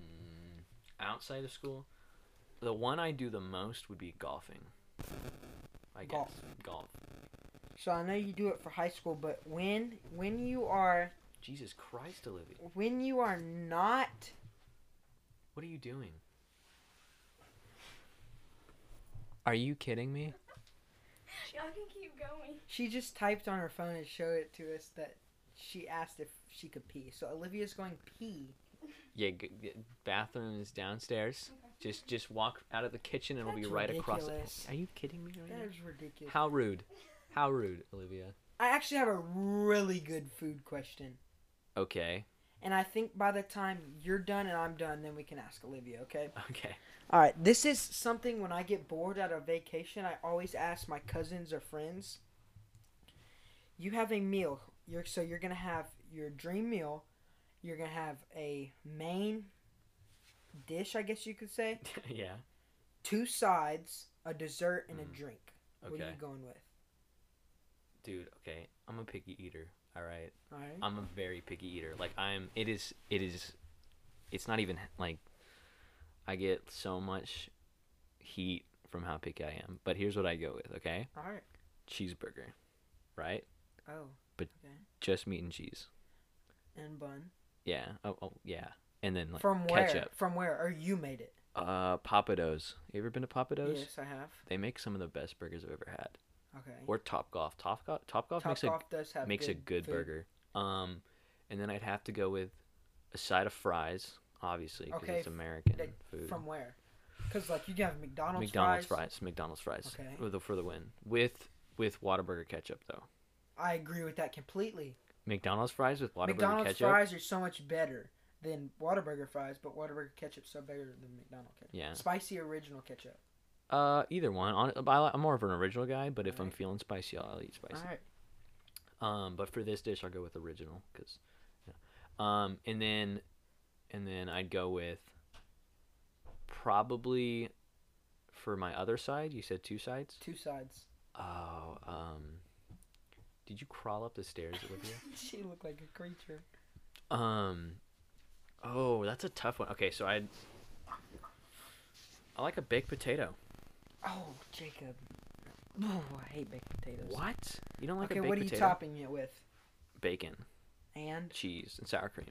Speaker 1: Mm, outside of school, the one I do the most would be golfing. I guess
Speaker 2: Golf.
Speaker 1: golf.
Speaker 2: So I know you do it for high school, but when when you are
Speaker 1: Jesus Christ, Olivia,
Speaker 2: when you are not
Speaker 1: what are you doing? Are you kidding me?
Speaker 3: Y'all can keep going.
Speaker 2: She just typed on her phone and showed it to us that she asked if she could pee. So Olivia's going pee.
Speaker 1: Yeah, g- g- bathroom is downstairs.
Speaker 3: Okay.
Speaker 1: Just just walk out of the kitchen and it'll be
Speaker 2: That's
Speaker 1: right across.
Speaker 2: ridiculous.
Speaker 1: The- are you kidding me? Right
Speaker 2: That
Speaker 1: now?
Speaker 2: is ridiculous.
Speaker 1: How rude! How rude, Olivia.
Speaker 2: I actually have a really good food question.
Speaker 1: Okay,
Speaker 2: And I think by the time you're done and I'm done, then we can ask Olivia, okay?
Speaker 1: okay.
Speaker 2: All right, this is something when I get bored at a vacation, I always ask my cousins or friends. You have a meal. You're so you're going to have your dream meal. You're going to have a main dish, I guess you could say,
Speaker 1: yeah.
Speaker 2: two sides, a dessert and a
Speaker 1: Mm.
Speaker 2: drink. What are
Speaker 1: Okay,
Speaker 2: you going with?
Speaker 1: dude. Okay, I'm a picky eater. All right.
Speaker 2: All right.
Speaker 1: I'm a very picky eater. Like I'm it is it is it's not even like I get so much heat from how picky I am. But here's what I go with, okay?
Speaker 2: All right.
Speaker 1: Cheeseburger, right?
Speaker 2: Oh.
Speaker 1: Just meat and cheese.
Speaker 2: And bun.
Speaker 1: Yeah. Oh, oh yeah. And then like
Speaker 2: From where?
Speaker 1: ketchup.
Speaker 2: From where? Or you made it?
Speaker 1: Uh Papados. You ever been to Papados?
Speaker 2: Yes, I have.
Speaker 1: They make some of the best burgers I've ever had.
Speaker 2: Okay.
Speaker 1: Or Topgolf. Topgolf Topgolf makes a
Speaker 2: Topgolf does have
Speaker 1: makes a good
Speaker 2: food.
Speaker 1: burger. Um, and then I'd have to go with a side of fries, obviously, because
Speaker 2: Okay,
Speaker 1: it's
Speaker 2: f-
Speaker 1: American
Speaker 2: like,
Speaker 1: food.
Speaker 2: From where? Because like you can have McDonald's,
Speaker 1: McDonald's
Speaker 2: fries.
Speaker 1: fries. McDonald's fries.
Speaker 2: Okay.
Speaker 1: With the- for the win. With with Whataburger ketchup though.
Speaker 2: I agree with that completely.
Speaker 1: McDonald's fries with Whataburger
Speaker 2: McDonald's
Speaker 1: ketchup.
Speaker 2: fries are so much better than Whataburger fries, but Whataburger ketchup's so better than McDonald's ketchup.
Speaker 1: Yeah.
Speaker 2: Spicy original ketchup.
Speaker 1: Uh, either one. Hon- but I li- I'm more of an original guy, but if I'm
Speaker 2: Alright.
Speaker 1: feeling spicy, I'll eat spicy.
Speaker 2: All right.
Speaker 1: Um, but for this dish, I'll go with original because, um, and then, and then I'd go with probably for my other side. You said two sides.
Speaker 2: Two sides.
Speaker 1: Oh, um, Did you crawl up the stairs, Olivia?
Speaker 2: she looked like a creature.
Speaker 1: Um, oh, that's a tough one. Okay, so I, I like a baked potato.
Speaker 2: Oh, Jacob. Oh, I hate baked potatoes.
Speaker 1: What? You don't like
Speaker 2: okay,
Speaker 1: a baked
Speaker 2: what are you
Speaker 1: potato?
Speaker 2: topping it with?
Speaker 1: Bacon,
Speaker 2: And
Speaker 1: cheese, and sour cream.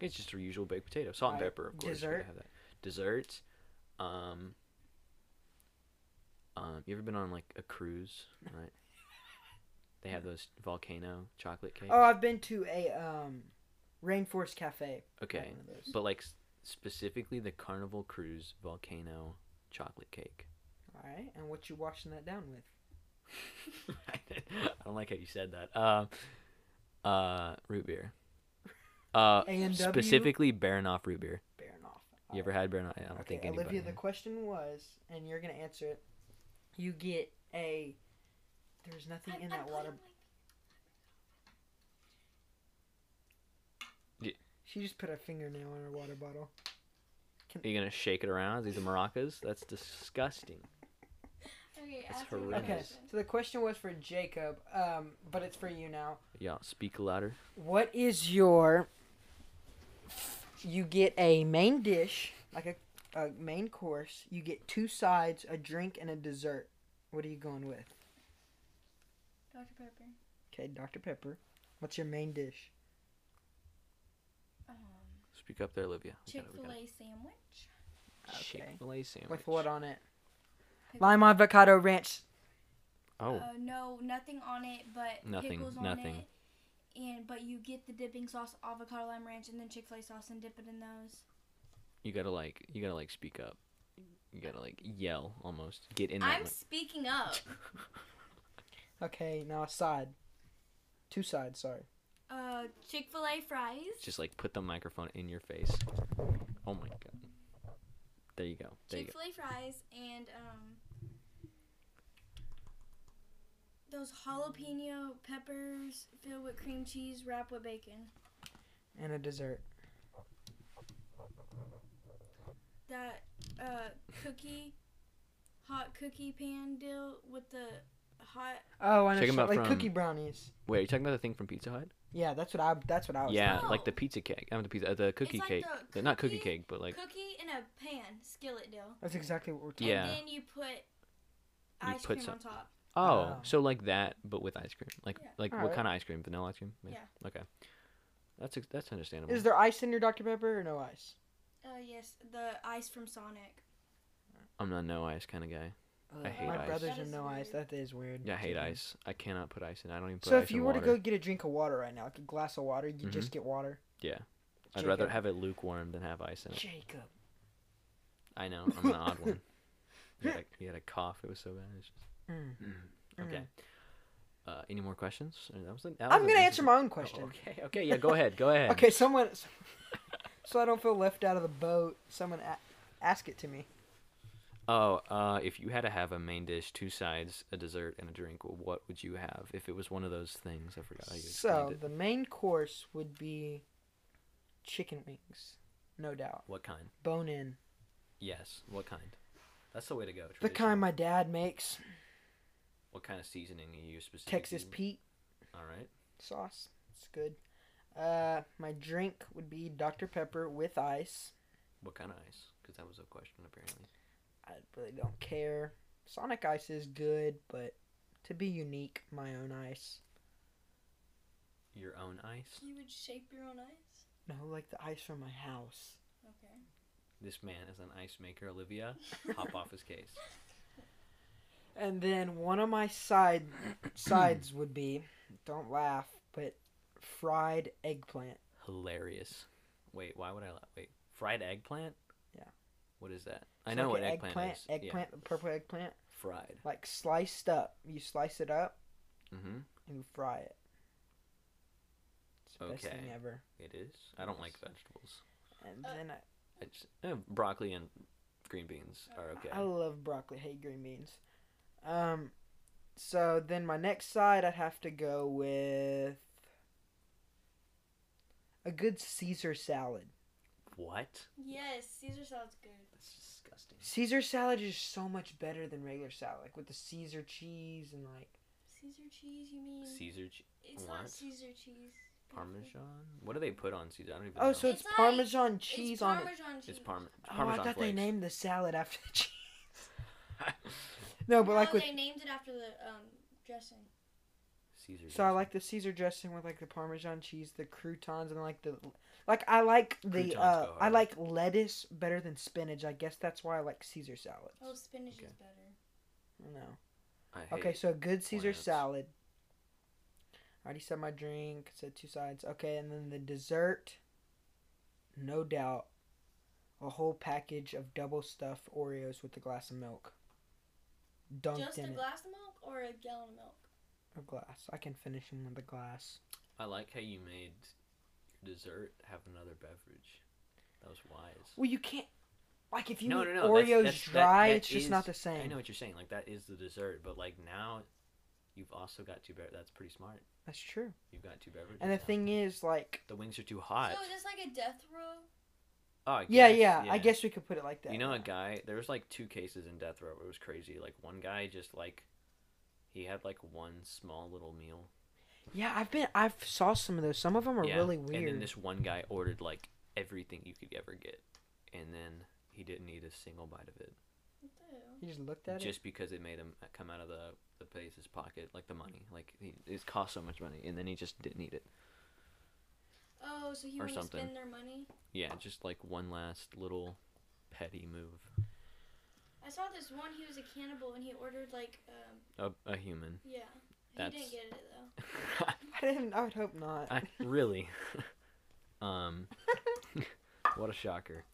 Speaker 1: It's just a usual baked potato, salt and
Speaker 2: Right.
Speaker 1: pepper, of course. you gotta
Speaker 2: Dessert?
Speaker 1: Have that. Dessert. Um. Um, you ever been on like a cruise, right? They have those volcano chocolate cakes.
Speaker 2: oh, I've been to a um, rainforest cafe. Had
Speaker 1: okay,
Speaker 2: one of those.
Speaker 1: but like s- specifically the Carnival Cruise volcano chocolate cake.
Speaker 2: All right, and what you washing that down with?
Speaker 1: I don't like how you said that. Um, uh, root beer. Uh,
Speaker 2: A&W?
Speaker 1: specifically Baranoff root beer.
Speaker 2: Bearing off.
Speaker 1: You ever had Baranoff? I don't
Speaker 2: Oh. okay,
Speaker 1: think anybody.
Speaker 2: Olivia, the
Speaker 1: has.
Speaker 2: question was, and you're gonna answer it. You get a. There's nothing in that water. She just put a fingernail in her water bottle.
Speaker 1: Are you gonna shake it around? These are maracas. That's disgusting.
Speaker 3: Okay,
Speaker 1: That's
Speaker 3: ask me another
Speaker 2: Okay,
Speaker 1: horrendous.
Speaker 3: question.
Speaker 2: so the question was for Jacob, um, but it's for you now.
Speaker 1: Yeah, speak louder.
Speaker 2: What is your? You get a main dish, like a, a main course. You get two sides, a drink, and a dessert. What are you going with?
Speaker 3: Dr. Pepper.
Speaker 2: Okay, Dr. Pepper. What's your main dish?
Speaker 3: Um,
Speaker 1: Speak up there, Olivia.
Speaker 3: Chick fil A sandwich.
Speaker 2: Okay.
Speaker 1: Chick Fil A sandwich.
Speaker 2: With what on it? Lime avocado ranch.
Speaker 1: Oh,
Speaker 3: Uh, no, nothing on it, but
Speaker 1: Nothing,
Speaker 3: pickles on
Speaker 1: nothing.
Speaker 3: it. And but you get the dipping sauce, avocado lime ranch, and then Chick Fil A sauce, and dip it in those.
Speaker 1: you gotta like, you gotta like speak up. You gotta like yell almost. Get in that.
Speaker 3: I'm speaking up.
Speaker 1: mic.
Speaker 2: Okay, now a side. Two sides, sorry.
Speaker 3: Uh, Chick Fil A fries.
Speaker 1: Just like put the microphone in your face. Oh my god. There you go. There you
Speaker 3: Chick
Speaker 1: go.
Speaker 3: Fil A fries and um those jalapeno peppers filled with cream cheese, wrapped with bacon.
Speaker 2: And a dessert.
Speaker 3: That uh cookie, hot cookie pan deal with the hot.
Speaker 2: Oh, and
Speaker 1: Check
Speaker 2: a
Speaker 1: 'em
Speaker 2: shot,
Speaker 1: out
Speaker 2: like
Speaker 1: from-
Speaker 2: cookie brownies.
Speaker 1: Wait, are you talking about the thing from Pizza Hut?
Speaker 2: Yeah, that's what I that's what I was
Speaker 1: Yeah,
Speaker 2: thinking.
Speaker 1: like the
Speaker 3: No.
Speaker 1: pizza cake. I'm the pizza, uh, the cookie
Speaker 3: like
Speaker 1: cake.
Speaker 3: the
Speaker 1: The- Not cookie
Speaker 3: cookie-
Speaker 1: cake, but like
Speaker 3: cookie in a pan skillet deal.
Speaker 2: That's exactly what we're talking
Speaker 1: Yeah.
Speaker 3: And then you put ice
Speaker 1: put
Speaker 3: cream
Speaker 1: some-
Speaker 3: on top.
Speaker 1: oh,
Speaker 2: Oh.
Speaker 1: so like that, but with ice cream. Like
Speaker 3: Yeah.
Speaker 1: like what
Speaker 2: Alright.
Speaker 1: kind of ice cream? Vanilla ice cream.
Speaker 3: Yeah.
Speaker 1: Okay. That's ex- that's understandable.
Speaker 2: Is there ice in your Dr. Pepper or no ice?
Speaker 3: Uh, yes, the ice from Sonic.
Speaker 1: I'm not a no ice kind of guy. I hate
Speaker 2: My
Speaker 1: ice.
Speaker 2: brother's
Speaker 3: That
Speaker 2: in
Speaker 3: is
Speaker 2: no ice.
Speaker 3: weird.
Speaker 2: That is weird.
Speaker 1: Yeah, I hate
Speaker 2: Chicken.
Speaker 1: ice. I cannot put ice in. I don't even put
Speaker 2: So
Speaker 1: ice
Speaker 2: if you
Speaker 1: in
Speaker 2: were
Speaker 1: water. Mm-hmm.
Speaker 2: to go get a drink of water right now, like a glass of water, you just get water.
Speaker 1: I'd rather
Speaker 2: Jacob.
Speaker 1: have it lukewarm than have ice in it.
Speaker 2: Jacob.
Speaker 1: I know. I'm an odd one. You had, a, you had a cough. It was so bad. It's just-
Speaker 2: Mm.
Speaker 1: Okay. Uh, any more questions? Uh, That was a- that
Speaker 2: I'm
Speaker 1: was a-
Speaker 2: gonna
Speaker 1: this
Speaker 2: answer
Speaker 1: is a-
Speaker 2: my own
Speaker 1: Oh,
Speaker 2: question.
Speaker 1: okay. Okay. Yeah. Go ahead. Go ahead.
Speaker 2: Okay, someone. So I don't feel left out of the boat. Someone a- ask it to me.
Speaker 1: Oh, uh, if you had to have a main dish, two sides, a dessert, and a drink, what would you have? If it was one of those things, I forgot how you explained
Speaker 2: So
Speaker 1: it.
Speaker 2: the main course would be chicken wings, no doubt,
Speaker 1: What kind?
Speaker 2: bone in,
Speaker 1: Yes. What kind? That's the way to go.
Speaker 2: the
Speaker 1: traditional.
Speaker 2: kind my dad makes,
Speaker 1: What kind of seasoning are you specifically?
Speaker 2: Texas
Speaker 1: using?
Speaker 2: Pete
Speaker 1: All right.
Speaker 2: sauce. It's good. Uh, my drink would be Dr Pepper with ice.
Speaker 1: What kind of ice? Because that was a question apparently.
Speaker 2: I really don't care. Sonic ice is good, but to be unique, my own ice.
Speaker 1: Your own ice.
Speaker 3: You would shape your own ice.
Speaker 2: No, like the ice from my house.
Speaker 3: Okay.
Speaker 1: This man is an ice maker, Olivia. Hop off his case.
Speaker 2: And then one of my side sides would be, don't laugh, but fried eggplant.
Speaker 1: Hilarious. Wait, why would I? La- wait, fried eggplant.
Speaker 2: Yeah.
Speaker 1: What is that?
Speaker 2: It's
Speaker 1: I know
Speaker 2: like
Speaker 1: what
Speaker 2: an
Speaker 1: eggplant,
Speaker 2: eggplant
Speaker 1: is.
Speaker 2: Eggplant, the purple eggplant,
Speaker 1: Yeah. Fried.
Speaker 2: like sliced up. You slice it up
Speaker 1: Mm-hmm.
Speaker 2: and you fry it. It's the best thing
Speaker 1: Okay.
Speaker 2: ever.
Speaker 1: It is. I don't like
Speaker 2: Yes.
Speaker 1: vegetables.
Speaker 2: And
Speaker 3: Uh,
Speaker 2: then I,
Speaker 1: I just, eh, broccoli and green beans are okay.
Speaker 2: I love broccoli. Hate green beans. Um, so then my next side, I'd have to go with a good Caesar salad.
Speaker 1: What?
Speaker 3: Yes, Caesar salad's good.
Speaker 1: That's disgusting.
Speaker 2: Caesar salad is so much better than regular salad, like with the Caesar cheese and like
Speaker 3: Caesar cheese? You mean
Speaker 1: Caesar che-
Speaker 3: it's
Speaker 1: what?
Speaker 3: not Caesar cheese?
Speaker 1: Parmesan. What do they put on Caesar? I don't even know.
Speaker 2: Oh, so it's,
Speaker 3: It's like-
Speaker 2: Parmesan
Speaker 3: It's
Speaker 2: cheese on it.
Speaker 3: Parmesan cheese.
Speaker 1: it's parm-
Speaker 2: Oh, I
Speaker 1: Parmesan
Speaker 2: thought they
Speaker 1: flakes.
Speaker 2: named the salad after the cheese. No, Oh, but like
Speaker 3: no,
Speaker 2: with
Speaker 3: Oh, they named it after the um dressing.
Speaker 1: Caesar.
Speaker 2: so I
Speaker 1: dressing.
Speaker 2: like the Caesar dressing with like the Parmesan cheese, the croutons, and like the like I like the
Speaker 1: Croutons
Speaker 2: uh
Speaker 1: go
Speaker 2: I
Speaker 1: hard.
Speaker 2: like lettuce better than spinach. I guess that's why I like Caesar salads.
Speaker 3: Oh, spinach
Speaker 1: Okay.
Speaker 3: is better.
Speaker 2: No.
Speaker 1: I hate
Speaker 2: Okay, so a good Caesar
Speaker 1: plants.
Speaker 2: salad. I already said my drink, said two sides. Okay, and then the dessert, no doubt, a whole package of double stuffed Oreos with a glass of milk. Dunked
Speaker 3: Just
Speaker 2: in
Speaker 3: a
Speaker 2: it.
Speaker 3: glass of milk or a gallon of milk?
Speaker 2: a glass. I can finish them with a glass.
Speaker 1: I like how you made your dessert have another beverage. That was wise.
Speaker 2: Well, you can't. Like, if you
Speaker 1: No,
Speaker 2: eat
Speaker 1: no, no, that's-
Speaker 2: Oreos
Speaker 1: that's- that-
Speaker 2: dry,
Speaker 1: that
Speaker 2: it's just not
Speaker 1: is-
Speaker 2: the same.
Speaker 1: I know what you're saying. Like that is the dessert, but like now, you've also got two. Be- that's pretty smart.
Speaker 2: That's true.
Speaker 1: You've got two beverages.
Speaker 2: And the
Speaker 1: now.
Speaker 2: thing is, like,
Speaker 1: the wings are too hot.
Speaker 3: So is this like a death row?
Speaker 1: oh, I
Speaker 2: yeah,
Speaker 1: guess,
Speaker 2: yeah, I guess we could put it like that.
Speaker 1: You know, a guy. There was like two cases in death row. It was crazy. Like one guy just like, he had like one small little meal.
Speaker 2: Yeah, I've been. I've saw some of those. Some of them are
Speaker 1: yeah.
Speaker 2: really weird.
Speaker 1: And then this one guy ordered like everything you could ever get, and then he didn't eat a single bite of it,
Speaker 3: What the hell?
Speaker 2: you just looked at it.
Speaker 1: just because it made him come out of the the place's pocket, like the money, like he, it cost so much money, and then he just didn't eat it.
Speaker 3: Oh, so he
Speaker 1: Or
Speaker 3: wanted to
Speaker 1: something.
Speaker 3: spend their money?
Speaker 1: Yeah, just like one last little petty move.
Speaker 3: I saw this one. He was a cannibal and he ordered like um
Speaker 1: A, a human.
Speaker 3: yeah. He
Speaker 1: That's-
Speaker 3: didn't get it though.
Speaker 2: I didn't. I would hope not.
Speaker 1: I, really? um, what a shocker.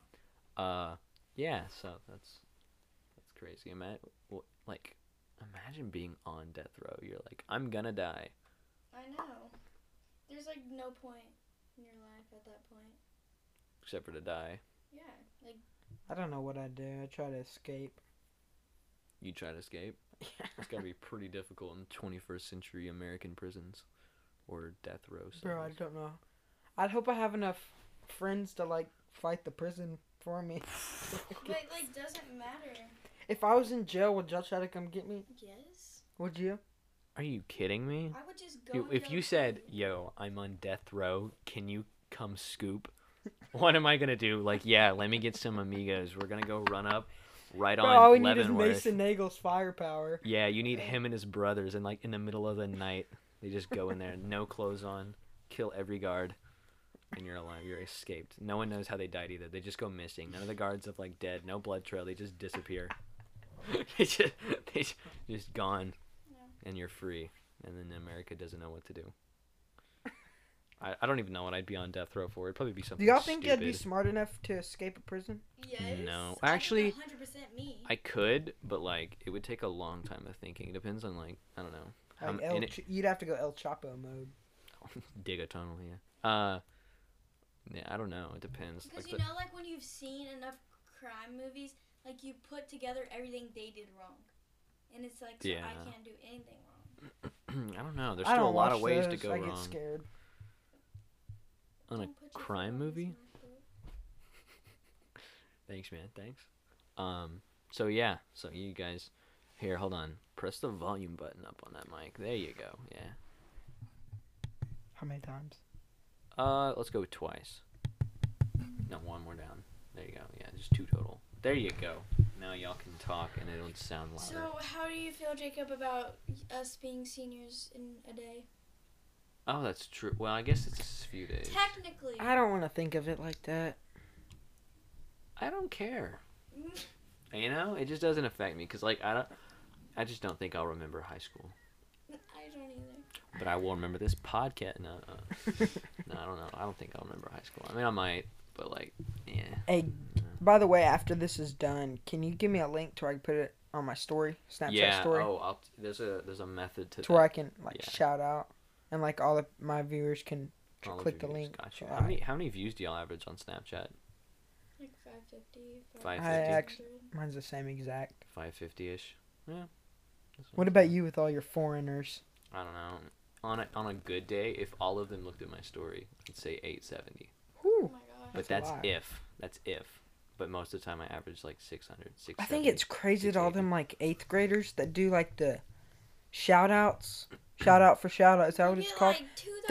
Speaker 1: Uh, yeah. So that's that's crazy. Ima- w like, imagine being on death row. You're like, I'm gonna die.
Speaker 3: I know. There's like no point in your life at that point.
Speaker 1: Except for to die,
Speaker 3: Yeah. Like
Speaker 2: I don't know what I do. I try to escape.
Speaker 1: you try to escape. It's gotta be pretty difficult in 21st century American prisons or death row.
Speaker 2: Bro, I
Speaker 1: cells.
Speaker 2: don't know. I'd hope I have enough friends to like fight the prison for me.
Speaker 3: but it, like doesn't matter.
Speaker 2: if I was in jail, would y'all try to come get me?
Speaker 3: Yes.
Speaker 2: Would you?
Speaker 1: Are you kidding me?
Speaker 3: I would just go.
Speaker 1: You-
Speaker 3: and
Speaker 1: If
Speaker 3: go
Speaker 1: you
Speaker 3: and
Speaker 1: said,
Speaker 3: see.
Speaker 1: "Yo, I'm on death row. Can you come scoop?" What am I gonna do? Like, yeah, let me get some amigos. We're gonna go run up right
Speaker 2: Bro,
Speaker 1: on
Speaker 2: all we need is
Speaker 1: Leavenworth.
Speaker 2: Mason Nagel's firepower.
Speaker 1: Yeah, you need him and his brothers, and like in the middle of the night, they just go in there, no clothes on, kill every guard, and you're alive. You're escaped. No one knows how they died either. They just go missing. None of the guards have like dead. No blood trail. They just disappear. they just, they just- just gone,
Speaker 3: Yeah.
Speaker 1: and you're free. And then America doesn't know what to do. I, I don't even know what I'd be on death row for. It'd probably be something.
Speaker 2: Do y'all think
Speaker 1: stupid.
Speaker 2: I'd be smart enough to escape a prison?
Speaker 3: Yes.
Speaker 1: No.
Speaker 3: I think
Speaker 1: Actually,
Speaker 3: 100% me.
Speaker 1: I could, but like it would take a long time of thinking. It depends on like I don't know. how
Speaker 2: Like
Speaker 1: m-
Speaker 2: El
Speaker 1: and it-
Speaker 2: Ch- you'd have to go El Chapo mode.
Speaker 1: dig a tunnel yeah uh yeah i don't know it depends
Speaker 3: Because
Speaker 1: like
Speaker 3: you
Speaker 1: the,
Speaker 3: know, like when you've seen enough crime movies, like you put together everything they did wrong, and it's like so
Speaker 1: Yeah.
Speaker 3: I can't do anything wrong.
Speaker 1: i don't know there's
Speaker 2: I
Speaker 1: still a
Speaker 2: don't
Speaker 1: lot
Speaker 2: watch
Speaker 1: of ways
Speaker 2: those.
Speaker 1: to go
Speaker 2: I get
Speaker 1: wrong
Speaker 2: scared.
Speaker 1: on a
Speaker 3: Don't put your
Speaker 1: crime
Speaker 3: foot in
Speaker 1: movie?
Speaker 3: his mouth,
Speaker 1: thanks man thanks um so yeah so you guys here hold on press the volume button up on that mic there you go yeah
Speaker 2: How many times?
Speaker 1: uh let's go twice no one more down there you go yeah just two total there you go now y'all can talk and it'll sound
Speaker 3: though.
Speaker 1: louder
Speaker 3: So how do you feel, Jacob, about us being seniors in a day?
Speaker 1: oh that's true well i guess it's a few days
Speaker 3: Technically,
Speaker 2: I don't want to think of it like that.
Speaker 1: i don't care
Speaker 3: Mm,
Speaker 1: You know, it just doesn't affect me because, like, I don't, I just don't think I'll remember high school.
Speaker 3: I don't either.
Speaker 1: But I will remember this podcast. No, uh, no, I don't know. I don't think I'll remember high school. I mean, I might, but like, yeah.
Speaker 2: hey, by the way, after this is done, can you give me a link to where I can put it on my story, Snapchat
Speaker 1: yeah.
Speaker 2: story,
Speaker 1: Oh, I'll, there's a there's a method to
Speaker 2: to where I
Speaker 1: that.
Speaker 2: can like
Speaker 1: yeah.
Speaker 2: shout out and like all of my viewers can tr-
Speaker 1: All of
Speaker 2: click the
Speaker 1: your views.
Speaker 2: link.
Speaker 1: Gotcha.
Speaker 2: So
Speaker 1: How many how many views do y'all average on Snapchat?
Speaker 3: Like 550.
Speaker 1: Five
Speaker 2: I
Speaker 1: fifty.
Speaker 2: actually- Mine's the same exact.
Speaker 1: Five fifty ish. Yeah. That's
Speaker 2: What about you with all your foreigners?
Speaker 1: I don't know. On a, on a good day, if all of them looked at my story, I'd say eight seventy.
Speaker 3: Oh
Speaker 2: Whew.
Speaker 3: my gosh.
Speaker 1: But
Speaker 2: That's
Speaker 1: that's,
Speaker 2: a lot.
Speaker 1: if. That's if. But most of the time, I average like 600,
Speaker 2: I think
Speaker 1: 670.
Speaker 2: it's crazy that all them like eighth graders that do like the shout outs. Shout out for shout out. Is that what
Speaker 3: They
Speaker 2: it's
Speaker 3: get,
Speaker 2: called?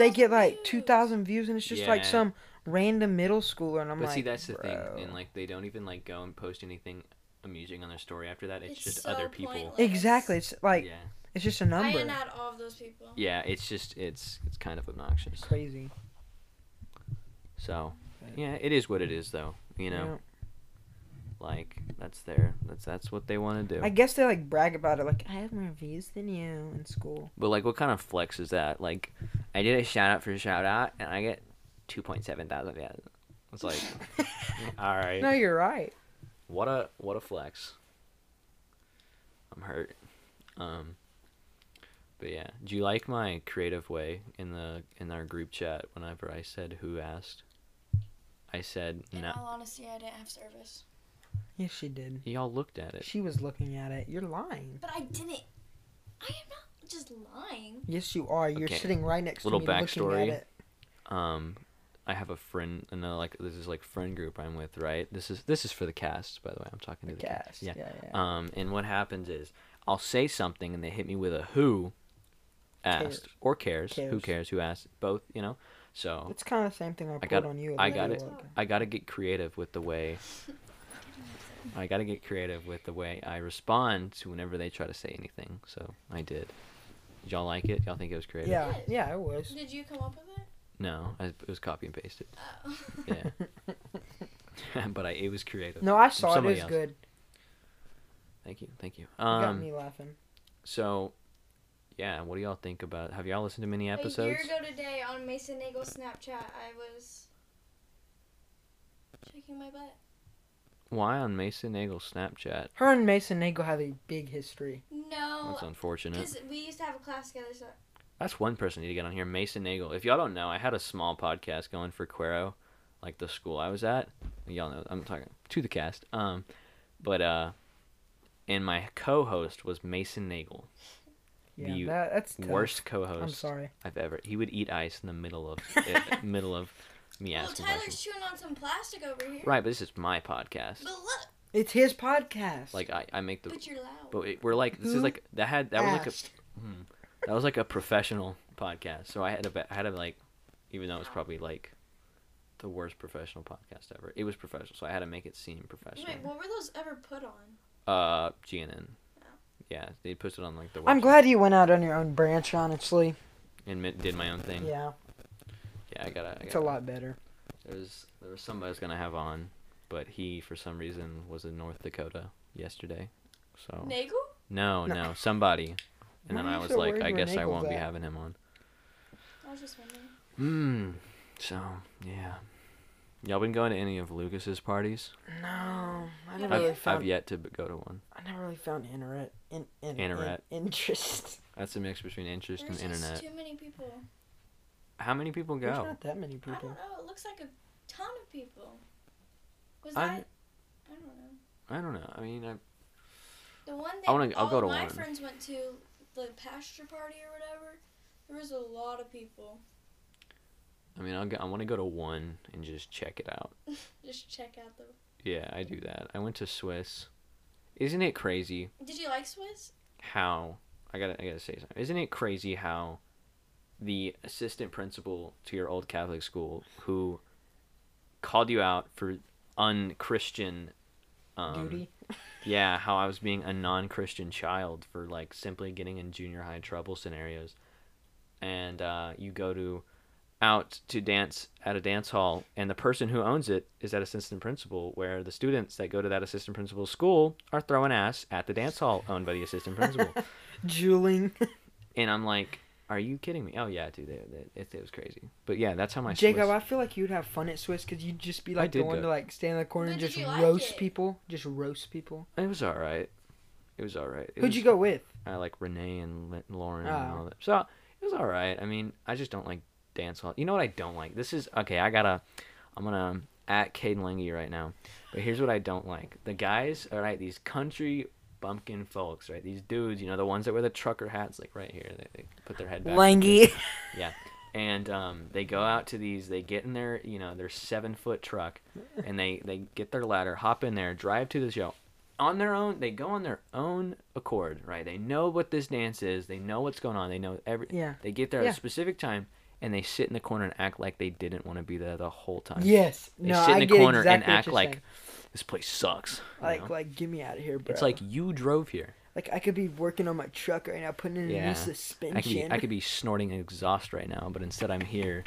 Speaker 3: like,
Speaker 2: they get
Speaker 3: 2,000
Speaker 2: like
Speaker 3: views.
Speaker 2: 2,000 views and it's just like
Speaker 1: Yeah.
Speaker 2: some random middle schooler. And I'm
Speaker 1: But
Speaker 2: like,
Speaker 1: see, that's the thing,
Speaker 2: "Bro."
Speaker 1: and like they don't even like go and post anything amusing on their story after that. It's,
Speaker 3: It's
Speaker 1: just
Speaker 3: so
Speaker 1: other people.
Speaker 3: pointless.
Speaker 2: exactly. It's like,
Speaker 1: yeah,
Speaker 2: it's just a
Speaker 3: I
Speaker 2: number.
Speaker 3: am not all of those people.
Speaker 1: yeah. It's just it's it's kind of obnoxious.
Speaker 2: Crazy.
Speaker 1: So
Speaker 2: Right.
Speaker 1: yeah, it is what it is, though. You know, like that's their that's that's what they want to do.
Speaker 2: I guess they like brag about it. Like, I have more views than you in school.
Speaker 1: But like, what kind of flex is that? Like, I did a shout out for a shout out, and I get two point seven thousand. Yeah, it's like, all right,
Speaker 2: No, you're right.
Speaker 1: what a what a flex. I'm hurt. Um, but yeah, do you like my creative way in the in our group chat? Whenever I said who asked, I said
Speaker 3: In
Speaker 1: no.
Speaker 3: all honesty, I didn't have service.
Speaker 2: Yes, she did.
Speaker 1: Y'all looked at it.
Speaker 2: She was looking at it. You're lying.
Speaker 3: But I didn't. I am not just lying.
Speaker 2: Yes, you are. You're
Speaker 1: Okay.
Speaker 2: sitting right next
Speaker 1: Little
Speaker 2: to me looking
Speaker 1: backstory.
Speaker 2: at it.
Speaker 1: um I have a friend another like this is like friend group I'm with, right? This is this is for the cast, by the way. I'm talking
Speaker 2: The
Speaker 1: to the cast.
Speaker 2: cast.
Speaker 1: Yeah.
Speaker 2: Yeah, yeah.
Speaker 1: Um and what happens is I'll say something and they hit me with a who asked
Speaker 2: Cares.
Speaker 1: or cares. Who
Speaker 2: Cares.
Speaker 1: cares, who asked, both, you know. So
Speaker 2: It's kind of the same thing I put
Speaker 1: got-
Speaker 2: on you.
Speaker 1: Oh. I got
Speaker 2: about the
Speaker 1: it.
Speaker 2: look.
Speaker 1: I gotta get creative with the way I gotta get creative with the way I respond to whenever they try to say anything. So I did. Did y'all like it? Y'all think it was creative?
Speaker 2: Yeah,
Speaker 3: Yes.
Speaker 2: yeah, it was.
Speaker 3: Did you come up with it?
Speaker 1: No, I, it was copy and pasted.
Speaker 3: Oh.
Speaker 1: Yeah. but I, it was creative.
Speaker 2: No, I saw it. It
Speaker 1: somebody
Speaker 2: was
Speaker 1: else.
Speaker 2: good. It
Speaker 1: Thank you, thank you.
Speaker 2: got
Speaker 1: Um,
Speaker 2: me laughing.
Speaker 1: so yeah, what do y'all think about? Have y'all listened to many
Speaker 3: A year
Speaker 1: episodes?
Speaker 3: ago today on Mason Nagel's Snapchat, I was shaking my butt.
Speaker 1: Why on Mason Nagel's Snapchat?
Speaker 2: Her and Mason Nagel have a big history.
Speaker 3: No,
Speaker 1: That's unfortunate.
Speaker 3: because we used to have a class together. So
Speaker 1: That's one person I need to get on here, Mason Nagel. If y'all don't know, I had a small podcast going for Quero, like the school I was at. Y'all know I'm talking to the cast. Um, but uh, and my co-host was Mason Nagel,
Speaker 2: Yeah,
Speaker 1: The
Speaker 2: that, that's tough.
Speaker 1: worst co-host
Speaker 2: I'm sorry.
Speaker 1: I've ever. He would eat ice in the middle of eh, middle of me
Speaker 3: well,
Speaker 1: asking questions.
Speaker 3: Tyler's chewing on some plastic over here.
Speaker 1: Right, but this is my podcast.
Speaker 3: But look,
Speaker 2: It's his podcast.
Speaker 1: Like I, I make the.
Speaker 3: but you're loud.
Speaker 1: But it, we're like this is
Speaker 2: Who
Speaker 1: like that had that was like
Speaker 2: Asked.
Speaker 1: a hmm, that was like a professional podcast. So I had to be- I had to like, even though it was probably like, the worst professional podcast ever. It was professional, so I had to make it seem professional.
Speaker 3: Wait, what were those ever put on?
Speaker 1: Uh, GNN.
Speaker 3: Oh.
Speaker 1: Yeah, they posted on like the.
Speaker 2: I'm
Speaker 1: website
Speaker 2: glad you went out on your own branch, honestly.
Speaker 1: and mi- did my own thing. Yeah,
Speaker 2: Yeah,
Speaker 1: I gotta. I
Speaker 2: it's a
Speaker 1: gotta-
Speaker 2: lot better.
Speaker 1: There was there was somebody I was gonna have on, but he for some reason was in North Dakota yesterday, so.
Speaker 3: Nagel?
Speaker 1: No,
Speaker 2: No.
Speaker 1: no, somebody. And
Speaker 2: Why
Speaker 1: then
Speaker 2: are
Speaker 1: I
Speaker 2: you
Speaker 1: was
Speaker 2: so
Speaker 1: like,
Speaker 2: worried
Speaker 1: I
Speaker 2: where
Speaker 1: guess I
Speaker 2: Nagel's
Speaker 1: won't be
Speaker 2: at?
Speaker 1: having him on.
Speaker 3: I was just wondering.
Speaker 1: Hmm. So yeah, y'all been going to any of Lucas's parties?
Speaker 2: No, I
Speaker 3: I've-
Speaker 2: never really
Speaker 1: I've,
Speaker 2: found.
Speaker 1: I've yet to b- go to one.
Speaker 2: I never really found internet. In, in, in-
Speaker 1: Internet.
Speaker 2: interest.
Speaker 1: That's a mix between interest
Speaker 3: There's
Speaker 1: and
Speaker 3: just
Speaker 1: internet.
Speaker 3: too many people.
Speaker 1: How many people
Speaker 2: There's
Speaker 1: go?
Speaker 2: not that many
Speaker 3: I don't
Speaker 2: people.
Speaker 3: know. It looks like a ton of people. Was
Speaker 1: I-
Speaker 3: that? I don't know.
Speaker 1: I don't know. I mean, I,
Speaker 3: The one that
Speaker 1: I wanna- I'll
Speaker 3: all
Speaker 1: go to
Speaker 3: my
Speaker 1: one.
Speaker 3: friends went to, the pasture party or whatever, there was a lot of people.
Speaker 1: I mean, I'll go, I want to go to one and just check it out.
Speaker 3: Just check out the.
Speaker 1: Yeah, I do that. I went to Swiss. Isn't it crazy
Speaker 3: Did you like Swiss?
Speaker 1: how I gotta I gotta say something? Isn't it crazy how the assistant principal to your old Catholic school who called you out for unchristian um,
Speaker 2: Duty.
Speaker 1: Yeah, how I was being a non Christian child for like simply getting in junior high trouble scenarios. And uh, you go to out to dance at a dance hall, and the person who owns it is that assistant principal, where the students that go to that assistant principal's school are throwing ass at the dance hall owned by the assistant principal.
Speaker 2: Juling.
Speaker 1: and I'm like, are you kidding me? Oh, yeah, dude, it, it, it was crazy. But yeah, that's how my
Speaker 2: Jacob,
Speaker 1: Swiss-
Speaker 2: I feel like you'd have fun at Swiss because you'd just be
Speaker 1: I
Speaker 2: like the
Speaker 1: did
Speaker 2: one
Speaker 1: go.
Speaker 2: to like stand in the corner
Speaker 3: But
Speaker 2: and
Speaker 3: did
Speaker 2: just
Speaker 3: you like
Speaker 2: roast
Speaker 3: it?
Speaker 2: people. Just roast people.
Speaker 1: It was all right. It was all right. It
Speaker 2: Who'd
Speaker 1: was-
Speaker 2: you go with?
Speaker 1: I uh, like Renee and Li- Lauren and
Speaker 2: Oh.
Speaker 1: all that. So it was all right. I mean, I just don't like dance hall. You know what I don't like? This is okay. I gotta. I'm gonna um, at Caden Lange right now. But here's what I don't like: the guys. All right, these country bumpkin folks, right? These dudes, you know, the ones that wear the trucker hats, like right here. They, they put their head back.
Speaker 2: Langy.
Speaker 1: And um, they go out to these. They get in their, you know, their seven foot truck, and they they get their ladder, hop in there, drive to the show, on their own. They go on their own accord, right? They know what this dance is. They know what's going on. They know every.
Speaker 2: Yeah.
Speaker 1: They get there
Speaker 2: Yeah.
Speaker 1: at a specific time and they sit in the corner and act like they didn't want to be there the whole time.
Speaker 2: Yes.
Speaker 1: They
Speaker 2: no,
Speaker 1: sit in
Speaker 2: I
Speaker 1: the
Speaker 2: get
Speaker 1: corner
Speaker 2: exactly
Speaker 1: and
Speaker 2: what
Speaker 1: act
Speaker 2: you're
Speaker 1: like
Speaker 2: saying.
Speaker 1: this place sucks. you
Speaker 2: like
Speaker 1: know?
Speaker 2: like get me out of here, bro.
Speaker 1: it's like you drove here.
Speaker 2: like I could be working on my truck right now, putting in a
Speaker 1: Yeah. I
Speaker 2: new
Speaker 1: could be-
Speaker 2: suspension.
Speaker 1: I could be I could be snorting exhaust right now, but instead I'm here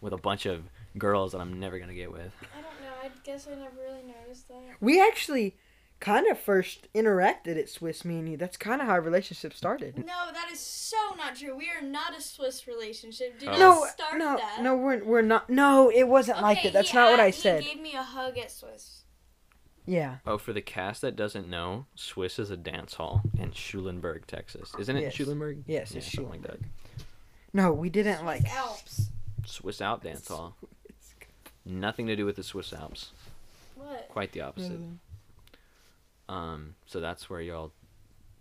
Speaker 1: with a bunch of girls that I'm never gonna get with.
Speaker 3: I don't know. I guess I never really noticed that.
Speaker 2: We actually kind of first interacted at Swiss Me and You. That's kind of how our relationship started.
Speaker 3: No, that is so not true. We are not a Swiss relationship. Do
Speaker 1: Oh.
Speaker 3: not
Speaker 2: No,
Speaker 3: start
Speaker 2: no,
Speaker 3: that.
Speaker 2: no, we're, we're not. No, it wasn't like
Speaker 3: Okay,
Speaker 2: that. That's
Speaker 3: he
Speaker 2: not what
Speaker 3: had-
Speaker 2: I
Speaker 3: he
Speaker 2: said.
Speaker 3: gave me a hug at Swiss.
Speaker 2: Yeah.
Speaker 1: Oh, for the cast that doesn't know, Swiss is a dance hall in Schulenburg, Texas. Isn't it
Speaker 2: Yes.
Speaker 1: Schulenburg?
Speaker 2: Yes, it's
Speaker 1: something like that.
Speaker 2: Schulenburg. No, we didn't like.
Speaker 3: Alps.
Speaker 1: Swiss out dance hall. Nothing to do with the Swiss Alps.
Speaker 3: What?
Speaker 1: Quite the opposite. Um, so that's where y'all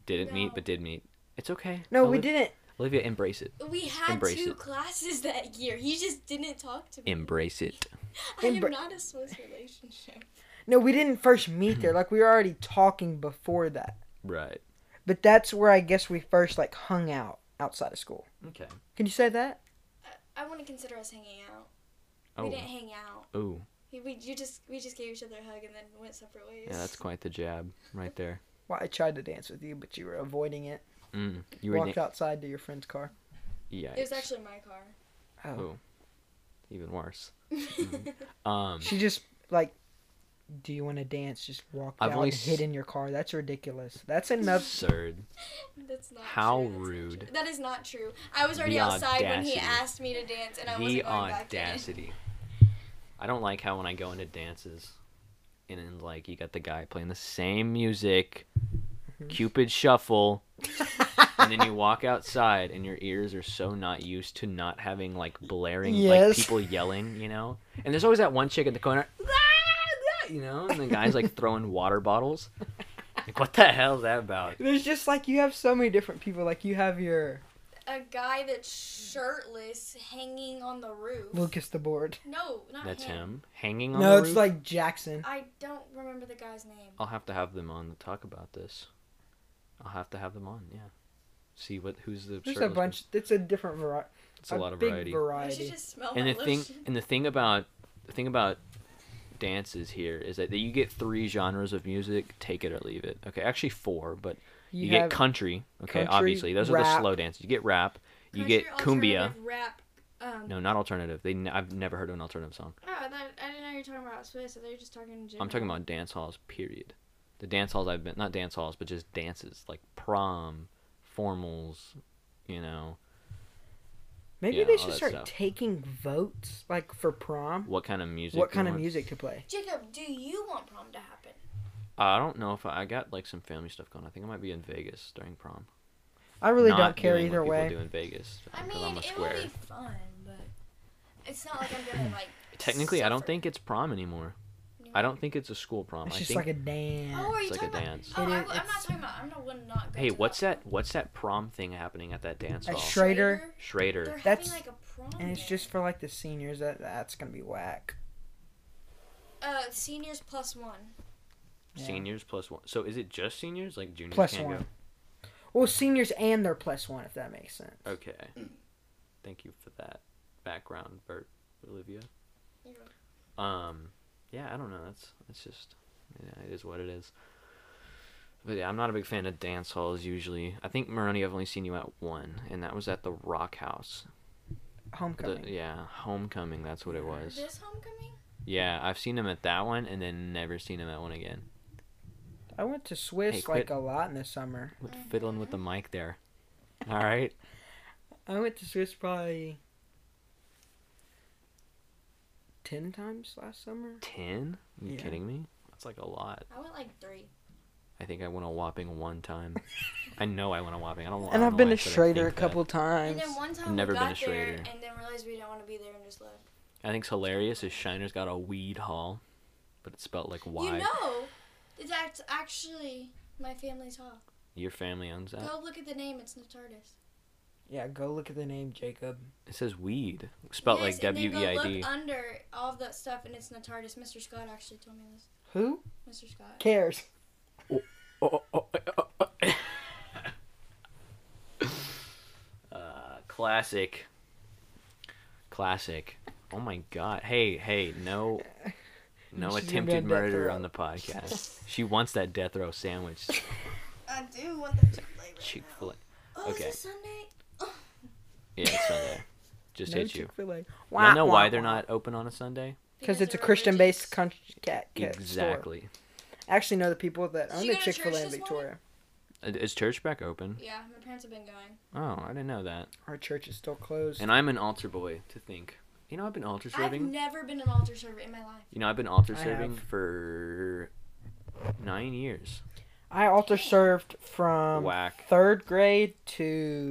Speaker 1: didn't meet,
Speaker 3: No.
Speaker 1: but did meet. It's okay.
Speaker 2: No, we
Speaker 1: Oliv-
Speaker 2: didn't.
Speaker 1: Olivia, embrace it.
Speaker 3: We had
Speaker 1: Embrace
Speaker 3: two
Speaker 1: it.
Speaker 3: classes that year. He just didn't talk to me.
Speaker 1: Embrace it.
Speaker 3: I am
Speaker 2: Embra-
Speaker 3: not a Swiss relationship.
Speaker 2: No, we didn't first meet there. Like we were already talking before that.
Speaker 1: Right.
Speaker 2: But that's where I guess we first like hung out outside of school.
Speaker 1: Okay.
Speaker 2: Can you say that?
Speaker 3: I, I want to consider us hanging out. We
Speaker 1: Oh.
Speaker 3: didn't hang out.
Speaker 1: Ooh.
Speaker 3: We, we you just we just gave each other a hug and then went separate ways.
Speaker 1: Yeah, that's quite the jab right there.
Speaker 2: Well, I tried to dance with you, but you were avoiding it.
Speaker 1: Mm. You
Speaker 2: You
Speaker 1: were
Speaker 2: walked
Speaker 1: na-
Speaker 2: outside to your friend's car.
Speaker 1: Yikes.
Speaker 3: It was actually my car.
Speaker 1: Oh. even worse. Um,
Speaker 2: She just like, do you want to dance? Just walk
Speaker 1: I've
Speaker 2: out
Speaker 1: only
Speaker 2: and hid
Speaker 1: s-
Speaker 2: in your car. That's ridiculous. That's enough.
Speaker 1: absurd.
Speaker 3: That's not
Speaker 1: How
Speaker 3: true. That's not
Speaker 1: rude.
Speaker 3: true. That is not true. I was already
Speaker 1: The
Speaker 3: outside when he
Speaker 1: audacity.
Speaker 3: asked me to dance and I
Speaker 1: the
Speaker 3: wasn't going back in.
Speaker 1: audacity. I don't like how when I go into dances, and then like you got the guy playing the same music,
Speaker 2: Mhm.
Speaker 1: Cupid Shuffle, and then you walk outside and your ears are so not used to not having like blaring like
Speaker 2: Yes.
Speaker 1: people yelling, you know. And there's always that one chick in the corner, "Ah, ah," you know, and the guy's like throwing water bottles. Like, what the hell's that about?
Speaker 2: There's just like you have so many different people. Like you have your
Speaker 3: A guy that's shirtless hanging on the roof.
Speaker 2: Lucas the board.
Speaker 3: No, not
Speaker 1: That's
Speaker 3: him.
Speaker 1: him hanging on.
Speaker 2: No,
Speaker 1: the
Speaker 2: it's
Speaker 1: roof?
Speaker 2: like Jackson.
Speaker 3: I don't remember the guy's name.
Speaker 1: I'll have to have them on to talk about this. I'll have to have them on. Yeah. See what who's the.
Speaker 2: There's a
Speaker 1: shirtless
Speaker 2: bunch. It's a different variety.
Speaker 1: one. It's a, lot of
Speaker 2: big
Speaker 1: variety.
Speaker 3: I
Speaker 2: variety.
Speaker 3: should just smell
Speaker 1: and
Speaker 3: my
Speaker 1: the thing
Speaker 3: lotion.
Speaker 1: and the thing about the thing about dances here is that you get three genres of music, take it or leave it. Okay, actually four, but you, get
Speaker 2: have-
Speaker 1: country. Okay,
Speaker 2: country,
Speaker 1: obviously those are the
Speaker 2: rap.
Speaker 1: slow dances. You get rap. You
Speaker 3: Country,
Speaker 1: get cumbia.
Speaker 3: alternative, Rap. Um,
Speaker 1: No, not alternative. They n- I've never heard of an alternative song.
Speaker 3: Oh, I, thought, I didn't know you were talking about Swiss. I thought you were just talking in general.
Speaker 1: I'm talking about dance halls. Period. The dance halls I've been not dance halls, but just dances like prom, formals. You know
Speaker 2: Maybe
Speaker 1: Yeah,
Speaker 2: they
Speaker 1: all
Speaker 2: should
Speaker 1: that
Speaker 2: start
Speaker 1: stuff.
Speaker 2: taking votes, like for prom.
Speaker 1: what kind of music?
Speaker 2: what
Speaker 1: they
Speaker 2: kind of
Speaker 1: want.
Speaker 2: music to play?
Speaker 3: Jacob, do you want prom to happen?
Speaker 1: I don't know if I, I got like some family stuff going. I think I might be in Vegas during prom.
Speaker 2: I really
Speaker 1: Not
Speaker 2: don't care
Speaker 1: doing
Speaker 2: either
Speaker 1: what
Speaker 2: way.
Speaker 1: People do in Vegas.
Speaker 3: I
Speaker 1: 'cause
Speaker 3: mean,
Speaker 1: I'm a
Speaker 3: it
Speaker 1: square.
Speaker 3: would be fun, but it's not like I'm gonna like.
Speaker 1: Technically, I don't
Speaker 3: suffer.
Speaker 1: think it's prom anymore. I don't think it's a school prom.
Speaker 2: It's
Speaker 1: I
Speaker 2: just
Speaker 1: think
Speaker 2: like a dance.
Speaker 3: Oh, are you
Speaker 1: it's like a
Speaker 3: talking about?
Speaker 1: dance.
Speaker 3: Oh,
Speaker 2: It
Speaker 3: I,
Speaker 2: is-
Speaker 3: am not
Speaker 2: it's-
Speaker 3: talking about. I'm not one not. going
Speaker 1: Hey,
Speaker 3: to
Speaker 1: what's
Speaker 3: that
Speaker 1: that? What's that prom thing happening at that dance
Speaker 2: At
Speaker 1: hall?
Speaker 2: Schre- Schrader?
Speaker 1: Schrader.
Speaker 3: They're
Speaker 2: That's-
Speaker 3: having like a prom.
Speaker 2: and it's
Speaker 3: there.
Speaker 2: just for like the seniors. That that's gonna be whack.
Speaker 3: uh seniors plus one.
Speaker 2: Yeah.
Speaker 1: Seniors plus one. So is it just seniors? Like juniors
Speaker 2: Plus
Speaker 1: can't
Speaker 2: one. Well, seniors and their plus one, if that makes sense.
Speaker 1: go. Okay. Thank you for that background, Bert, Olivia.
Speaker 3: You're welcome.
Speaker 1: Um, yeah, I don't know. That's that's just yeah, it is what it is. But yeah, I'm not a big fan of dance halls usually. I think Maroni, I've only seen you at one, and that was at the Rock House. The,
Speaker 2: Homecoming.
Speaker 1: yeah, Homecoming. That's what it was.
Speaker 3: This homecoming?
Speaker 1: Yeah, I've seen him at that one, and then never seen him at one again.
Speaker 2: I went to Swiss
Speaker 1: Hey,
Speaker 2: like
Speaker 1: quit.
Speaker 2: a lot in the summer.
Speaker 1: With fiddling with the mic there. All right.
Speaker 2: I went to Swiss probably ten times last summer.
Speaker 1: Ten? Are you
Speaker 2: Yeah.
Speaker 1: kidding me? That's like a lot.
Speaker 3: I went like three.
Speaker 1: I think I went a whopping one time. I know I went a whopping. I don't. I
Speaker 2: And
Speaker 1: don't
Speaker 2: I've
Speaker 1: know
Speaker 2: been
Speaker 1: why I
Speaker 2: to
Speaker 1: said I
Speaker 2: Schrader a
Speaker 1: think that.
Speaker 2: couple
Speaker 3: And
Speaker 2: times.
Speaker 3: then one time
Speaker 1: never
Speaker 3: we
Speaker 1: been
Speaker 3: got
Speaker 1: to
Speaker 3: there
Speaker 1: Schrader.
Speaker 3: and then realized we didn't want to be there and just left.
Speaker 1: I think's hilarious is Shiner's got a weed hall, but it's spelled like Y.
Speaker 3: You know, that's actually my family's hall.
Speaker 1: Your family owns that.
Speaker 3: Go look at the name. It's Natardis.
Speaker 2: Yeah, go look at the name Jacob.
Speaker 1: It says weed, spelled
Speaker 3: yes,
Speaker 1: like W E I
Speaker 3: And then
Speaker 1: D.
Speaker 3: go look under all of that stuff, and it's Natardis. Mr. Scott actually told me this.
Speaker 2: Who
Speaker 3: Mr. Scott.
Speaker 2: cares?
Speaker 1: Oh, oh, oh, oh. uh, classic. Classic. Oh my god. Hey, hey, no no
Speaker 2: She's gonna be
Speaker 1: attempted
Speaker 2: on death
Speaker 1: murder
Speaker 2: row.
Speaker 1: on the podcast. she wants that death row sandwich.
Speaker 3: I do want the Chick Fil A right
Speaker 1: Chick
Speaker 3: now.
Speaker 1: fil A.
Speaker 3: Oh,
Speaker 1: Okay.
Speaker 3: is it Sunday?
Speaker 1: Yeah, it's Sunday. Just
Speaker 2: no
Speaker 1: hit you.
Speaker 2: Chick-fil-A.
Speaker 1: You wanna know why they're not open on a Sunday?
Speaker 2: Because it's a
Speaker 3: they're
Speaker 2: Christian-based
Speaker 3: religious.
Speaker 2: con- cat, cat store.
Speaker 1: Exactly.
Speaker 2: I actually know the people that
Speaker 3: Did
Speaker 2: own
Speaker 3: you
Speaker 2: the
Speaker 3: go to church
Speaker 2: Chick-fil-A in
Speaker 3: this morning?
Speaker 2: Victoria.
Speaker 1: Uh, Is church back open?
Speaker 3: Yeah, my parents have been going.
Speaker 1: Oh, I didn't know that.
Speaker 2: Our church is still closed.
Speaker 1: And I'm an altar boy to think. You know, I've been altar serving.
Speaker 3: I've never been an altar server in my life.
Speaker 1: You know, I've been altar
Speaker 2: I
Speaker 1: serving
Speaker 2: have.
Speaker 1: for nine years.
Speaker 2: I also served from
Speaker 1: Whack.
Speaker 2: third grade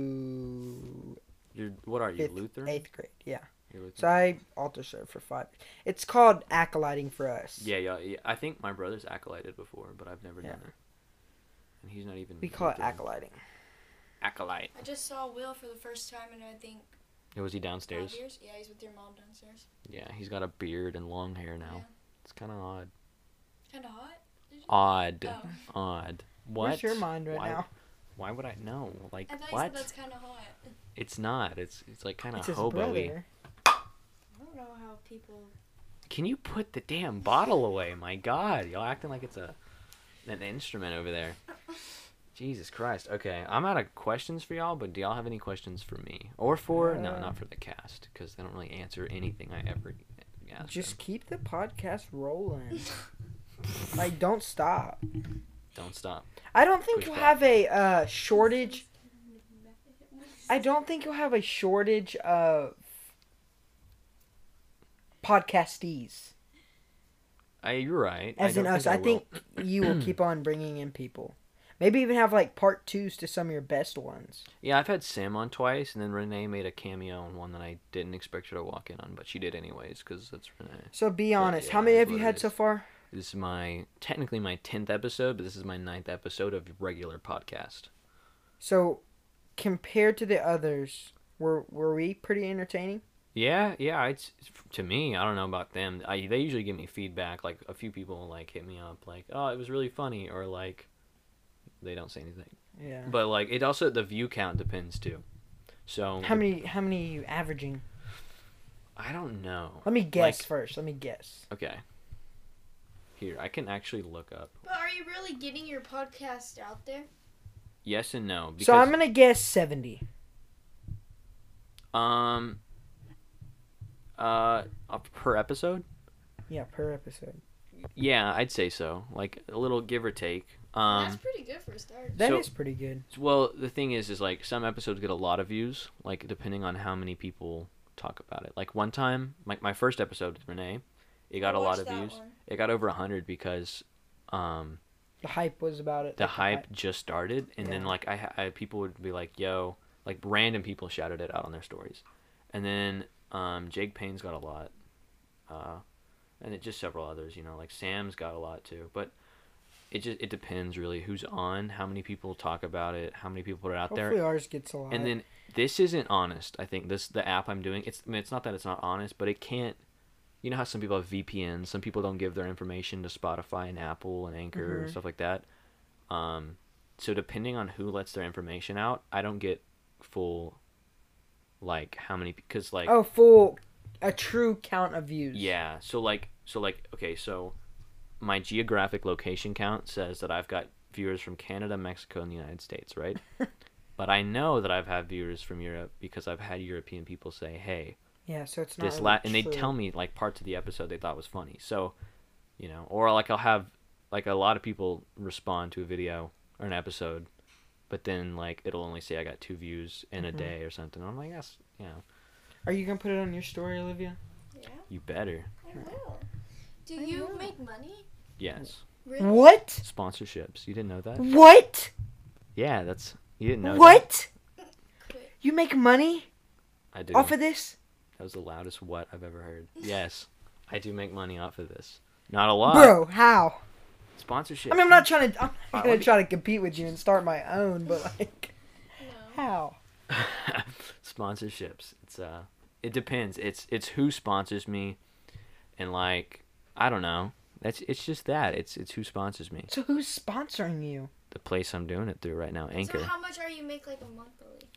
Speaker 2: to
Speaker 1: You're what are you,
Speaker 2: fifth,
Speaker 1: Lutheran?
Speaker 2: eighth grade. Yeah.
Speaker 1: You're Lutheran.
Speaker 2: So I altar served for five. It's called acolyting for us.
Speaker 1: yeah, yeah, yeah. I think my brother's acolyted before, but I've never
Speaker 2: Yeah.
Speaker 1: done it. And he's not even.
Speaker 2: We call it
Speaker 1: Lutheran.
Speaker 2: acolyting.
Speaker 1: acolyte.
Speaker 3: I just saw Will for the first time in I think
Speaker 1: Yeah, Was he
Speaker 3: five
Speaker 1: downstairs?
Speaker 3: years. Yeah, he's with your mom downstairs.
Speaker 1: Yeah, he's got a beard and long hair now.
Speaker 3: Yeah.
Speaker 1: It's kind of odd.
Speaker 3: Kind of hot. Did you?
Speaker 1: Odd.
Speaker 3: Oh,
Speaker 1: Odd. What?
Speaker 2: Where's your mind right
Speaker 1: Why-
Speaker 2: now?
Speaker 1: Why would I know? Like
Speaker 3: I thought you
Speaker 1: what?
Speaker 3: said that's kind of hot.
Speaker 1: It's not. It's it's like kind of
Speaker 2: It's his
Speaker 1: hobo-y.
Speaker 2: brother.
Speaker 3: I don't know how people.
Speaker 1: Can you put the damn bottle away? My God, y'all acting like it's a an instrument over there. Jesus Christ. Okay, I'm out of questions for y'all, but do y'all have any questions for me or for no,
Speaker 2: Uh.
Speaker 1: not for the cast because they don't really answer anything I ever ask.
Speaker 2: Just
Speaker 1: them.
Speaker 2: keep the podcast rolling. like, don't stop.
Speaker 1: don't stop.
Speaker 2: I don't think
Speaker 1: Push
Speaker 2: you'll
Speaker 1: back.
Speaker 2: have a uh, shortage. I don't think you'll have a shortage of podcastees.
Speaker 1: I, you're right.
Speaker 2: As in
Speaker 1: don't
Speaker 2: us, I,
Speaker 1: will.
Speaker 2: think you will keep on bringing in people. Maybe even have like part twos to some of your best ones.
Speaker 1: Yeah, I've had Sam on twice, and then Renee made a cameo on one that I didn't expect her to walk in on, but she did anyways because that's Renee.
Speaker 2: So be honest.
Speaker 1: yeah,
Speaker 2: How many
Speaker 1: that's
Speaker 2: have you
Speaker 1: what it
Speaker 2: had
Speaker 1: is.
Speaker 2: so far?
Speaker 1: This is my technically my tenth episode, but this is my ninth episode of regular podcast.
Speaker 2: So compared to the others, were were we pretty entertaining?
Speaker 1: Yeah, yeah. It's to me. I don't know about them. I they usually give me feedback. Like a few people like hit me up, like, "Oh, it was really funny," or like, they don't say anything.
Speaker 2: Yeah.
Speaker 1: But like, it also the view count depends too. So
Speaker 2: How many how many are you averaging?
Speaker 1: I don't know.
Speaker 2: Let me guess
Speaker 1: Like-
Speaker 2: first. Let me guess.
Speaker 1: Okay. Here, I can actually look up.
Speaker 3: But are you really getting your podcast out there?
Speaker 1: Yes and no. Because,
Speaker 2: So I'm gonna guess seventy.
Speaker 1: um. Uh, up per episode.
Speaker 2: Yeah, per episode.
Speaker 1: Yeah, I'd say so. Like a little give or take. Um.
Speaker 3: That's pretty good for a start.
Speaker 2: That is
Speaker 1: So-
Speaker 2: pretty good.
Speaker 1: Well, the thing is, is like some episodes get a lot of views, like depending on how many people talk about it. Like one time, like my first episode with Renee, it got
Speaker 3: I
Speaker 1: a lot
Speaker 3: watched
Speaker 1: of
Speaker 3: that
Speaker 1: views.
Speaker 3: one.
Speaker 1: It got over hundred because um,
Speaker 2: The hype was about it.
Speaker 1: the
Speaker 2: like
Speaker 1: hype just started, and then
Speaker 2: Yeah.
Speaker 1: like I, ha- I people would be like, "Yo," like random people shouted it out on their stories, and then um, Jake Payne's got a lot, uh, and it just several others, you know, like Sam's got a lot too, but. It just it depends really who's on, how many people talk about it, how many people put it out there,
Speaker 2: Hopefully ours gets a lot.
Speaker 1: and then this isn't honest. I think this the app I'm doing. It's I mean, it's not that it's not honest, but it can't. You know how some people have VPNs. Some people don't give their information to Spotify and Apple and Anchor and
Speaker 2: Mhm.
Speaker 1: stuff like that. Um, so depending on who lets their information out, I don't get full. Like how many? Because like
Speaker 2: oh, full a true count of views.
Speaker 1: yeah. So like so like okay, so my geographic location count says that I've got viewers from Canada, Mexico, and the United States, right? but I know that I've had viewers from Europe because I've had European people say, "Hey,
Speaker 2: Yeah, so it's not
Speaker 1: this
Speaker 2: really
Speaker 1: la and they
Speaker 2: true.
Speaker 1: tell me like parts of the episode they thought was funny so you know or like i'll have like a lot of people respond to a video or an episode but then like it'll only say i got two views in a
Speaker 2: Mhm.
Speaker 1: day or something i'm like that's you know
Speaker 2: Are you gonna put it on your story, Olivia?
Speaker 3: Yeah,
Speaker 1: you better
Speaker 3: I will. Do
Speaker 2: I
Speaker 3: you
Speaker 2: will.
Speaker 3: make money?
Speaker 1: yes
Speaker 3: Really?
Speaker 2: What?
Speaker 1: sponsorships you didn't know that
Speaker 2: What?
Speaker 1: yeah that's you didn't know that?
Speaker 2: what?
Speaker 3: Quit.
Speaker 2: You make money
Speaker 1: i do
Speaker 2: off of this?
Speaker 1: that was the loudest what i've ever heard yes i do make money off of this not a lot
Speaker 2: Bro, how?
Speaker 1: sponsorship
Speaker 2: I mean, I'm not trying to. I'm
Speaker 1: Alright,
Speaker 2: not
Speaker 1: let
Speaker 2: gonna
Speaker 1: me-
Speaker 2: try to compete with you and start my own, but like,
Speaker 1: Mm.
Speaker 3: No.
Speaker 2: how?
Speaker 1: sponsorships. It's uh it depends. It's it's who sponsors me and like I don't know. That's it's just that. It's it's who sponsors me.
Speaker 2: So who's sponsoring you?
Speaker 1: The place I'm doing it through right now,
Speaker 3: So
Speaker 1: Anchor.
Speaker 3: how much are you make like a monthly?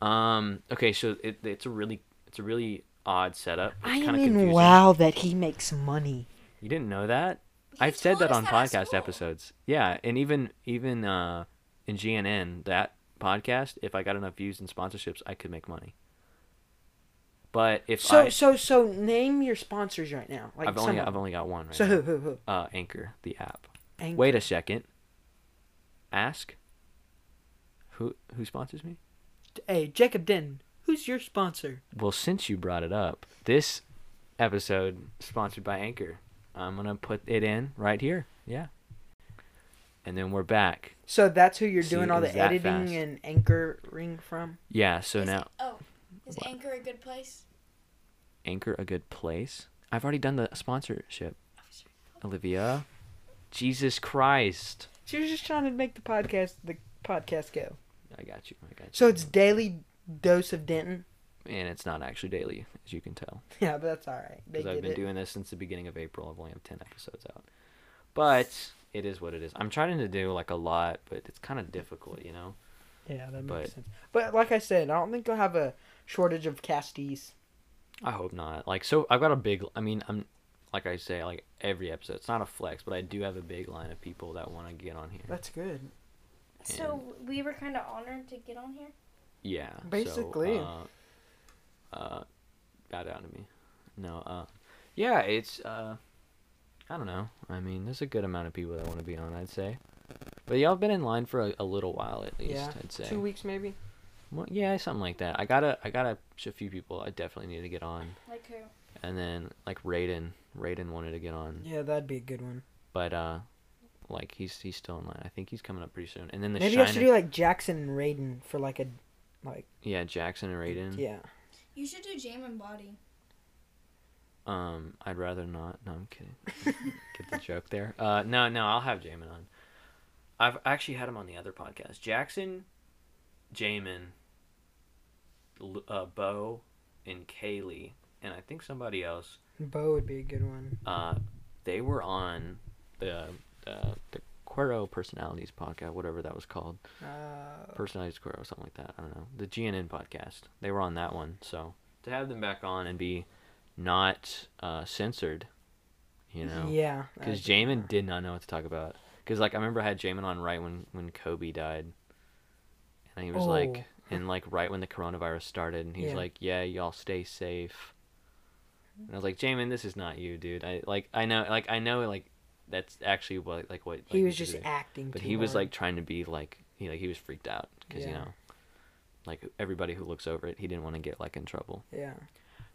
Speaker 1: Um. Okay. So it, it's a really it's a really odd setup. It's
Speaker 2: I
Speaker 1: kinda
Speaker 2: am in
Speaker 1: confusing.
Speaker 2: wow that he makes money.
Speaker 1: You didn't know that?
Speaker 3: You
Speaker 1: I've said
Speaker 3: told
Speaker 1: that
Speaker 3: us
Speaker 1: on
Speaker 3: at
Speaker 1: podcast
Speaker 3: school.
Speaker 1: episodes. Yeah, and even even uh, in GNN that podcast, if I got enough views and sponsorships, I could make money. But if
Speaker 2: So
Speaker 1: I,
Speaker 2: so so name your sponsors right now. Like
Speaker 1: I've
Speaker 2: some
Speaker 1: only
Speaker 2: of
Speaker 1: I've
Speaker 2: them.
Speaker 1: only got one right
Speaker 2: So
Speaker 1: now.
Speaker 2: who who who?
Speaker 1: Uh, Anchor, the app.
Speaker 2: Anchor.
Speaker 1: Wait a second. Ask. Who who sponsors me?
Speaker 2: Hey Jacob Den, who's your sponsor?
Speaker 1: Well, since you brought it up, this episode sponsored by Anchor. I'm gonna put it in right here. Yeah. And then we're back.
Speaker 2: So that's who you're
Speaker 1: See,
Speaker 2: doing
Speaker 1: it
Speaker 2: all
Speaker 1: was
Speaker 2: the
Speaker 1: that
Speaker 2: editing
Speaker 1: fast.
Speaker 2: and anchoring from.
Speaker 1: Yeah. So
Speaker 3: Is-
Speaker 1: now
Speaker 3: Oh, is
Speaker 1: What?
Speaker 3: Anchor a good place?
Speaker 1: Anchor a good place? I've already done the sponsorship, Olivia. Jesus Christ.
Speaker 2: She was just trying to make the podcast the podcast go.
Speaker 1: I got you. I got you.
Speaker 2: So it's daily dose of Denton.
Speaker 1: and it's not actually daily, as you can tell,
Speaker 2: Yeah, but that's all right. They
Speaker 1: because
Speaker 2: get
Speaker 1: I've been
Speaker 2: it.
Speaker 1: doing this since the beginning of April. I've only have ten episodes out, but it is what it is. I'm trying to do like a lot, but it's kind of difficult, you know.
Speaker 2: yeah, that makes
Speaker 1: but-
Speaker 2: sense. But like I said, I don't think they'll have a shortage of castees.
Speaker 1: I hope not. Like so, I've got a big. I mean, I'm like I say, like every episode. It's not a flex, but I do have a big line of people that want to get on here.
Speaker 2: That's good.
Speaker 3: So we were kind of honored to get on here.
Speaker 1: Yeah. so,
Speaker 2: Basically.
Speaker 1: uh, uh, got out of me. No. Uh, yeah, it's. Uh, I don't know. I mean, there's a good amount of people that want to be on. I'd say. But y'all been in line for a, a little while at least.
Speaker 2: Yeah,
Speaker 1: I'd say.
Speaker 2: Two weeks maybe.
Speaker 1: Well, yeah, something like that. I gotta. I gotta. A few people. I definitely need to get on.
Speaker 3: Like who?
Speaker 1: And then like Raiden. Raiden wanted to get on,
Speaker 2: Yeah, that'd be a good one.
Speaker 1: but uh, like he's he's still in line. I think he's coming up pretty soon. And then the
Speaker 2: maybe I
Speaker 1: Shiner.
Speaker 2: should do like Jackson and Raiden for like a like
Speaker 1: yeah, Jackson and Raiden.
Speaker 2: yeah.
Speaker 3: You should do Jam and Body.
Speaker 1: Um, I'd rather not. No, I'm kidding. Get the joke there. Uh, no, no, I'll have Jamin on. I've actually had him on the other podcast. Jackson, Jamin, L- uh, Bo, and Kaylee, and I think somebody else.
Speaker 2: Bo would be a good one.
Speaker 1: Uh, they were on the uh, the Quero Personalities podcast, whatever that was called.
Speaker 2: Uh,
Speaker 1: Personalities Quero, something like that. I don't know. The GNN podcast. They were on that one. So to have them back on and be not uh, censored, you know.
Speaker 2: yeah.
Speaker 1: Because
Speaker 2: that'd be
Speaker 1: Jamin
Speaker 2: more.
Speaker 1: did not know what to talk about. Because like I remember I had Jamin on right when when Kobe died, and he was like, and like right when the coronavirus started, and he was
Speaker 2: Oh. Yeah.
Speaker 1: like, "Yeah, y'all stay safe." And I was like, Jamin, this is not you, dude. I like I know like I know like that's actually what like what
Speaker 2: he
Speaker 1: like,
Speaker 2: was
Speaker 1: you
Speaker 2: just
Speaker 1: should do."
Speaker 2: acting.
Speaker 1: But
Speaker 2: too
Speaker 1: he was
Speaker 2: hard.
Speaker 1: like trying to be like he like he was freaked out because you
Speaker 2: Yeah.
Speaker 1: know, like everybody who looks over it, he didn't want to get like in trouble.
Speaker 2: yeah.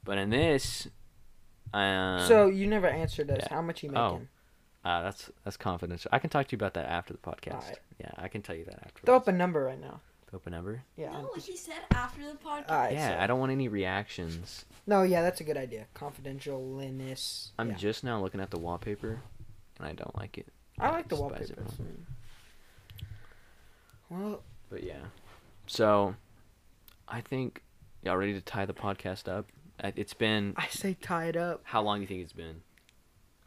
Speaker 1: But in this, um,
Speaker 2: so you never answered us.
Speaker 1: yeah.
Speaker 2: How much you making?
Speaker 1: Oh, Uh, that's that's confidential. I can talk to you about that after the podcast.
Speaker 2: Alright.
Speaker 1: Yeah, I can tell you that after.
Speaker 2: Throw up a number right now.
Speaker 1: Open number.
Speaker 2: Yeah. I'm
Speaker 3: no,
Speaker 2: just-
Speaker 3: he said after the podcast.
Speaker 2: All right.
Speaker 1: Yeah,
Speaker 2: so-
Speaker 1: I don't want any reactions.
Speaker 2: No, yeah, that's a good idea. Confidentialness.
Speaker 1: I'm
Speaker 2: yeah.
Speaker 1: just now looking at the wallpaper, and I don't like it.
Speaker 2: I like the
Speaker 1: despise it,
Speaker 2: wallpaper. Well,
Speaker 1: But yeah, so I think y'all ready to tie the podcast up. I- It's been
Speaker 2: I say tie it up.
Speaker 1: how long do you think it's been?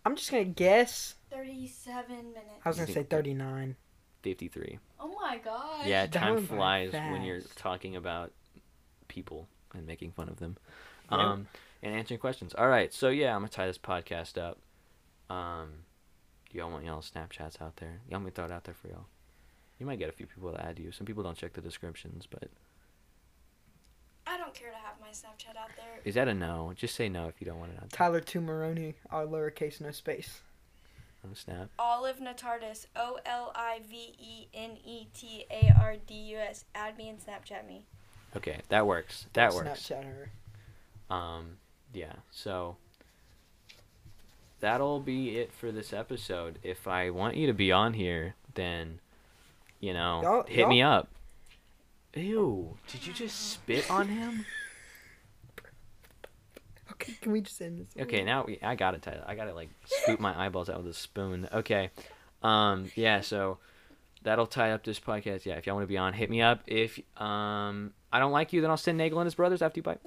Speaker 2: I'm just gonna guess.
Speaker 3: Thirty-seven minutes.
Speaker 2: I was
Speaker 1: You
Speaker 2: gonna say
Speaker 1: think-
Speaker 2: 39.
Speaker 1: Fifty three.
Speaker 3: Oh my gosh.
Speaker 1: Yeah,
Speaker 2: that
Speaker 1: time
Speaker 2: went by
Speaker 1: flies when you're
Speaker 2: fast.
Speaker 1: talking about people and making fun of them,
Speaker 2: Yep.
Speaker 1: um, and answering questions. All right, so yeah, I'm gonna tie this podcast up. Um, do y'all want y'all Snapchats out there? Y'all want me to throw it out there for y'all? You might get a few people to add you. Some people don't check the descriptions, but
Speaker 3: I don't care to have my Snapchat out there.
Speaker 1: is that a no? Just say no if you don't want it out there.
Speaker 2: Tyler Tumaroni, all lowercase, no space.
Speaker 1: On the snap.
Speaker 3: Olive Natardis. O L I V E N E T A R D U S. Add me and Snapchat me.
Speaker 1: Okay, that works. That
Speaker 2: Don't
Speaker 1: works.
Speaker 2: Snapchat her.
Speaker 1: Um, yeah. So that'll be it for this episode. If I want you to be on here, then you know,
Speaker 2: Y'all-
Speaker 1: hit me up. Ew! Did you just spit on him?
Speaker 2: Okay, can we just end this?
Speaker 1: Okay, now we, I got it, Tyler. I gotta like scoop my eyeballs out with a spoon. Okay. Um. Yeah. So that'll tie up this podcast. Yeah. If y'all want to be on, hit me up. If um I don't like you, then I'll send Nagel and his brothers after you. Bye.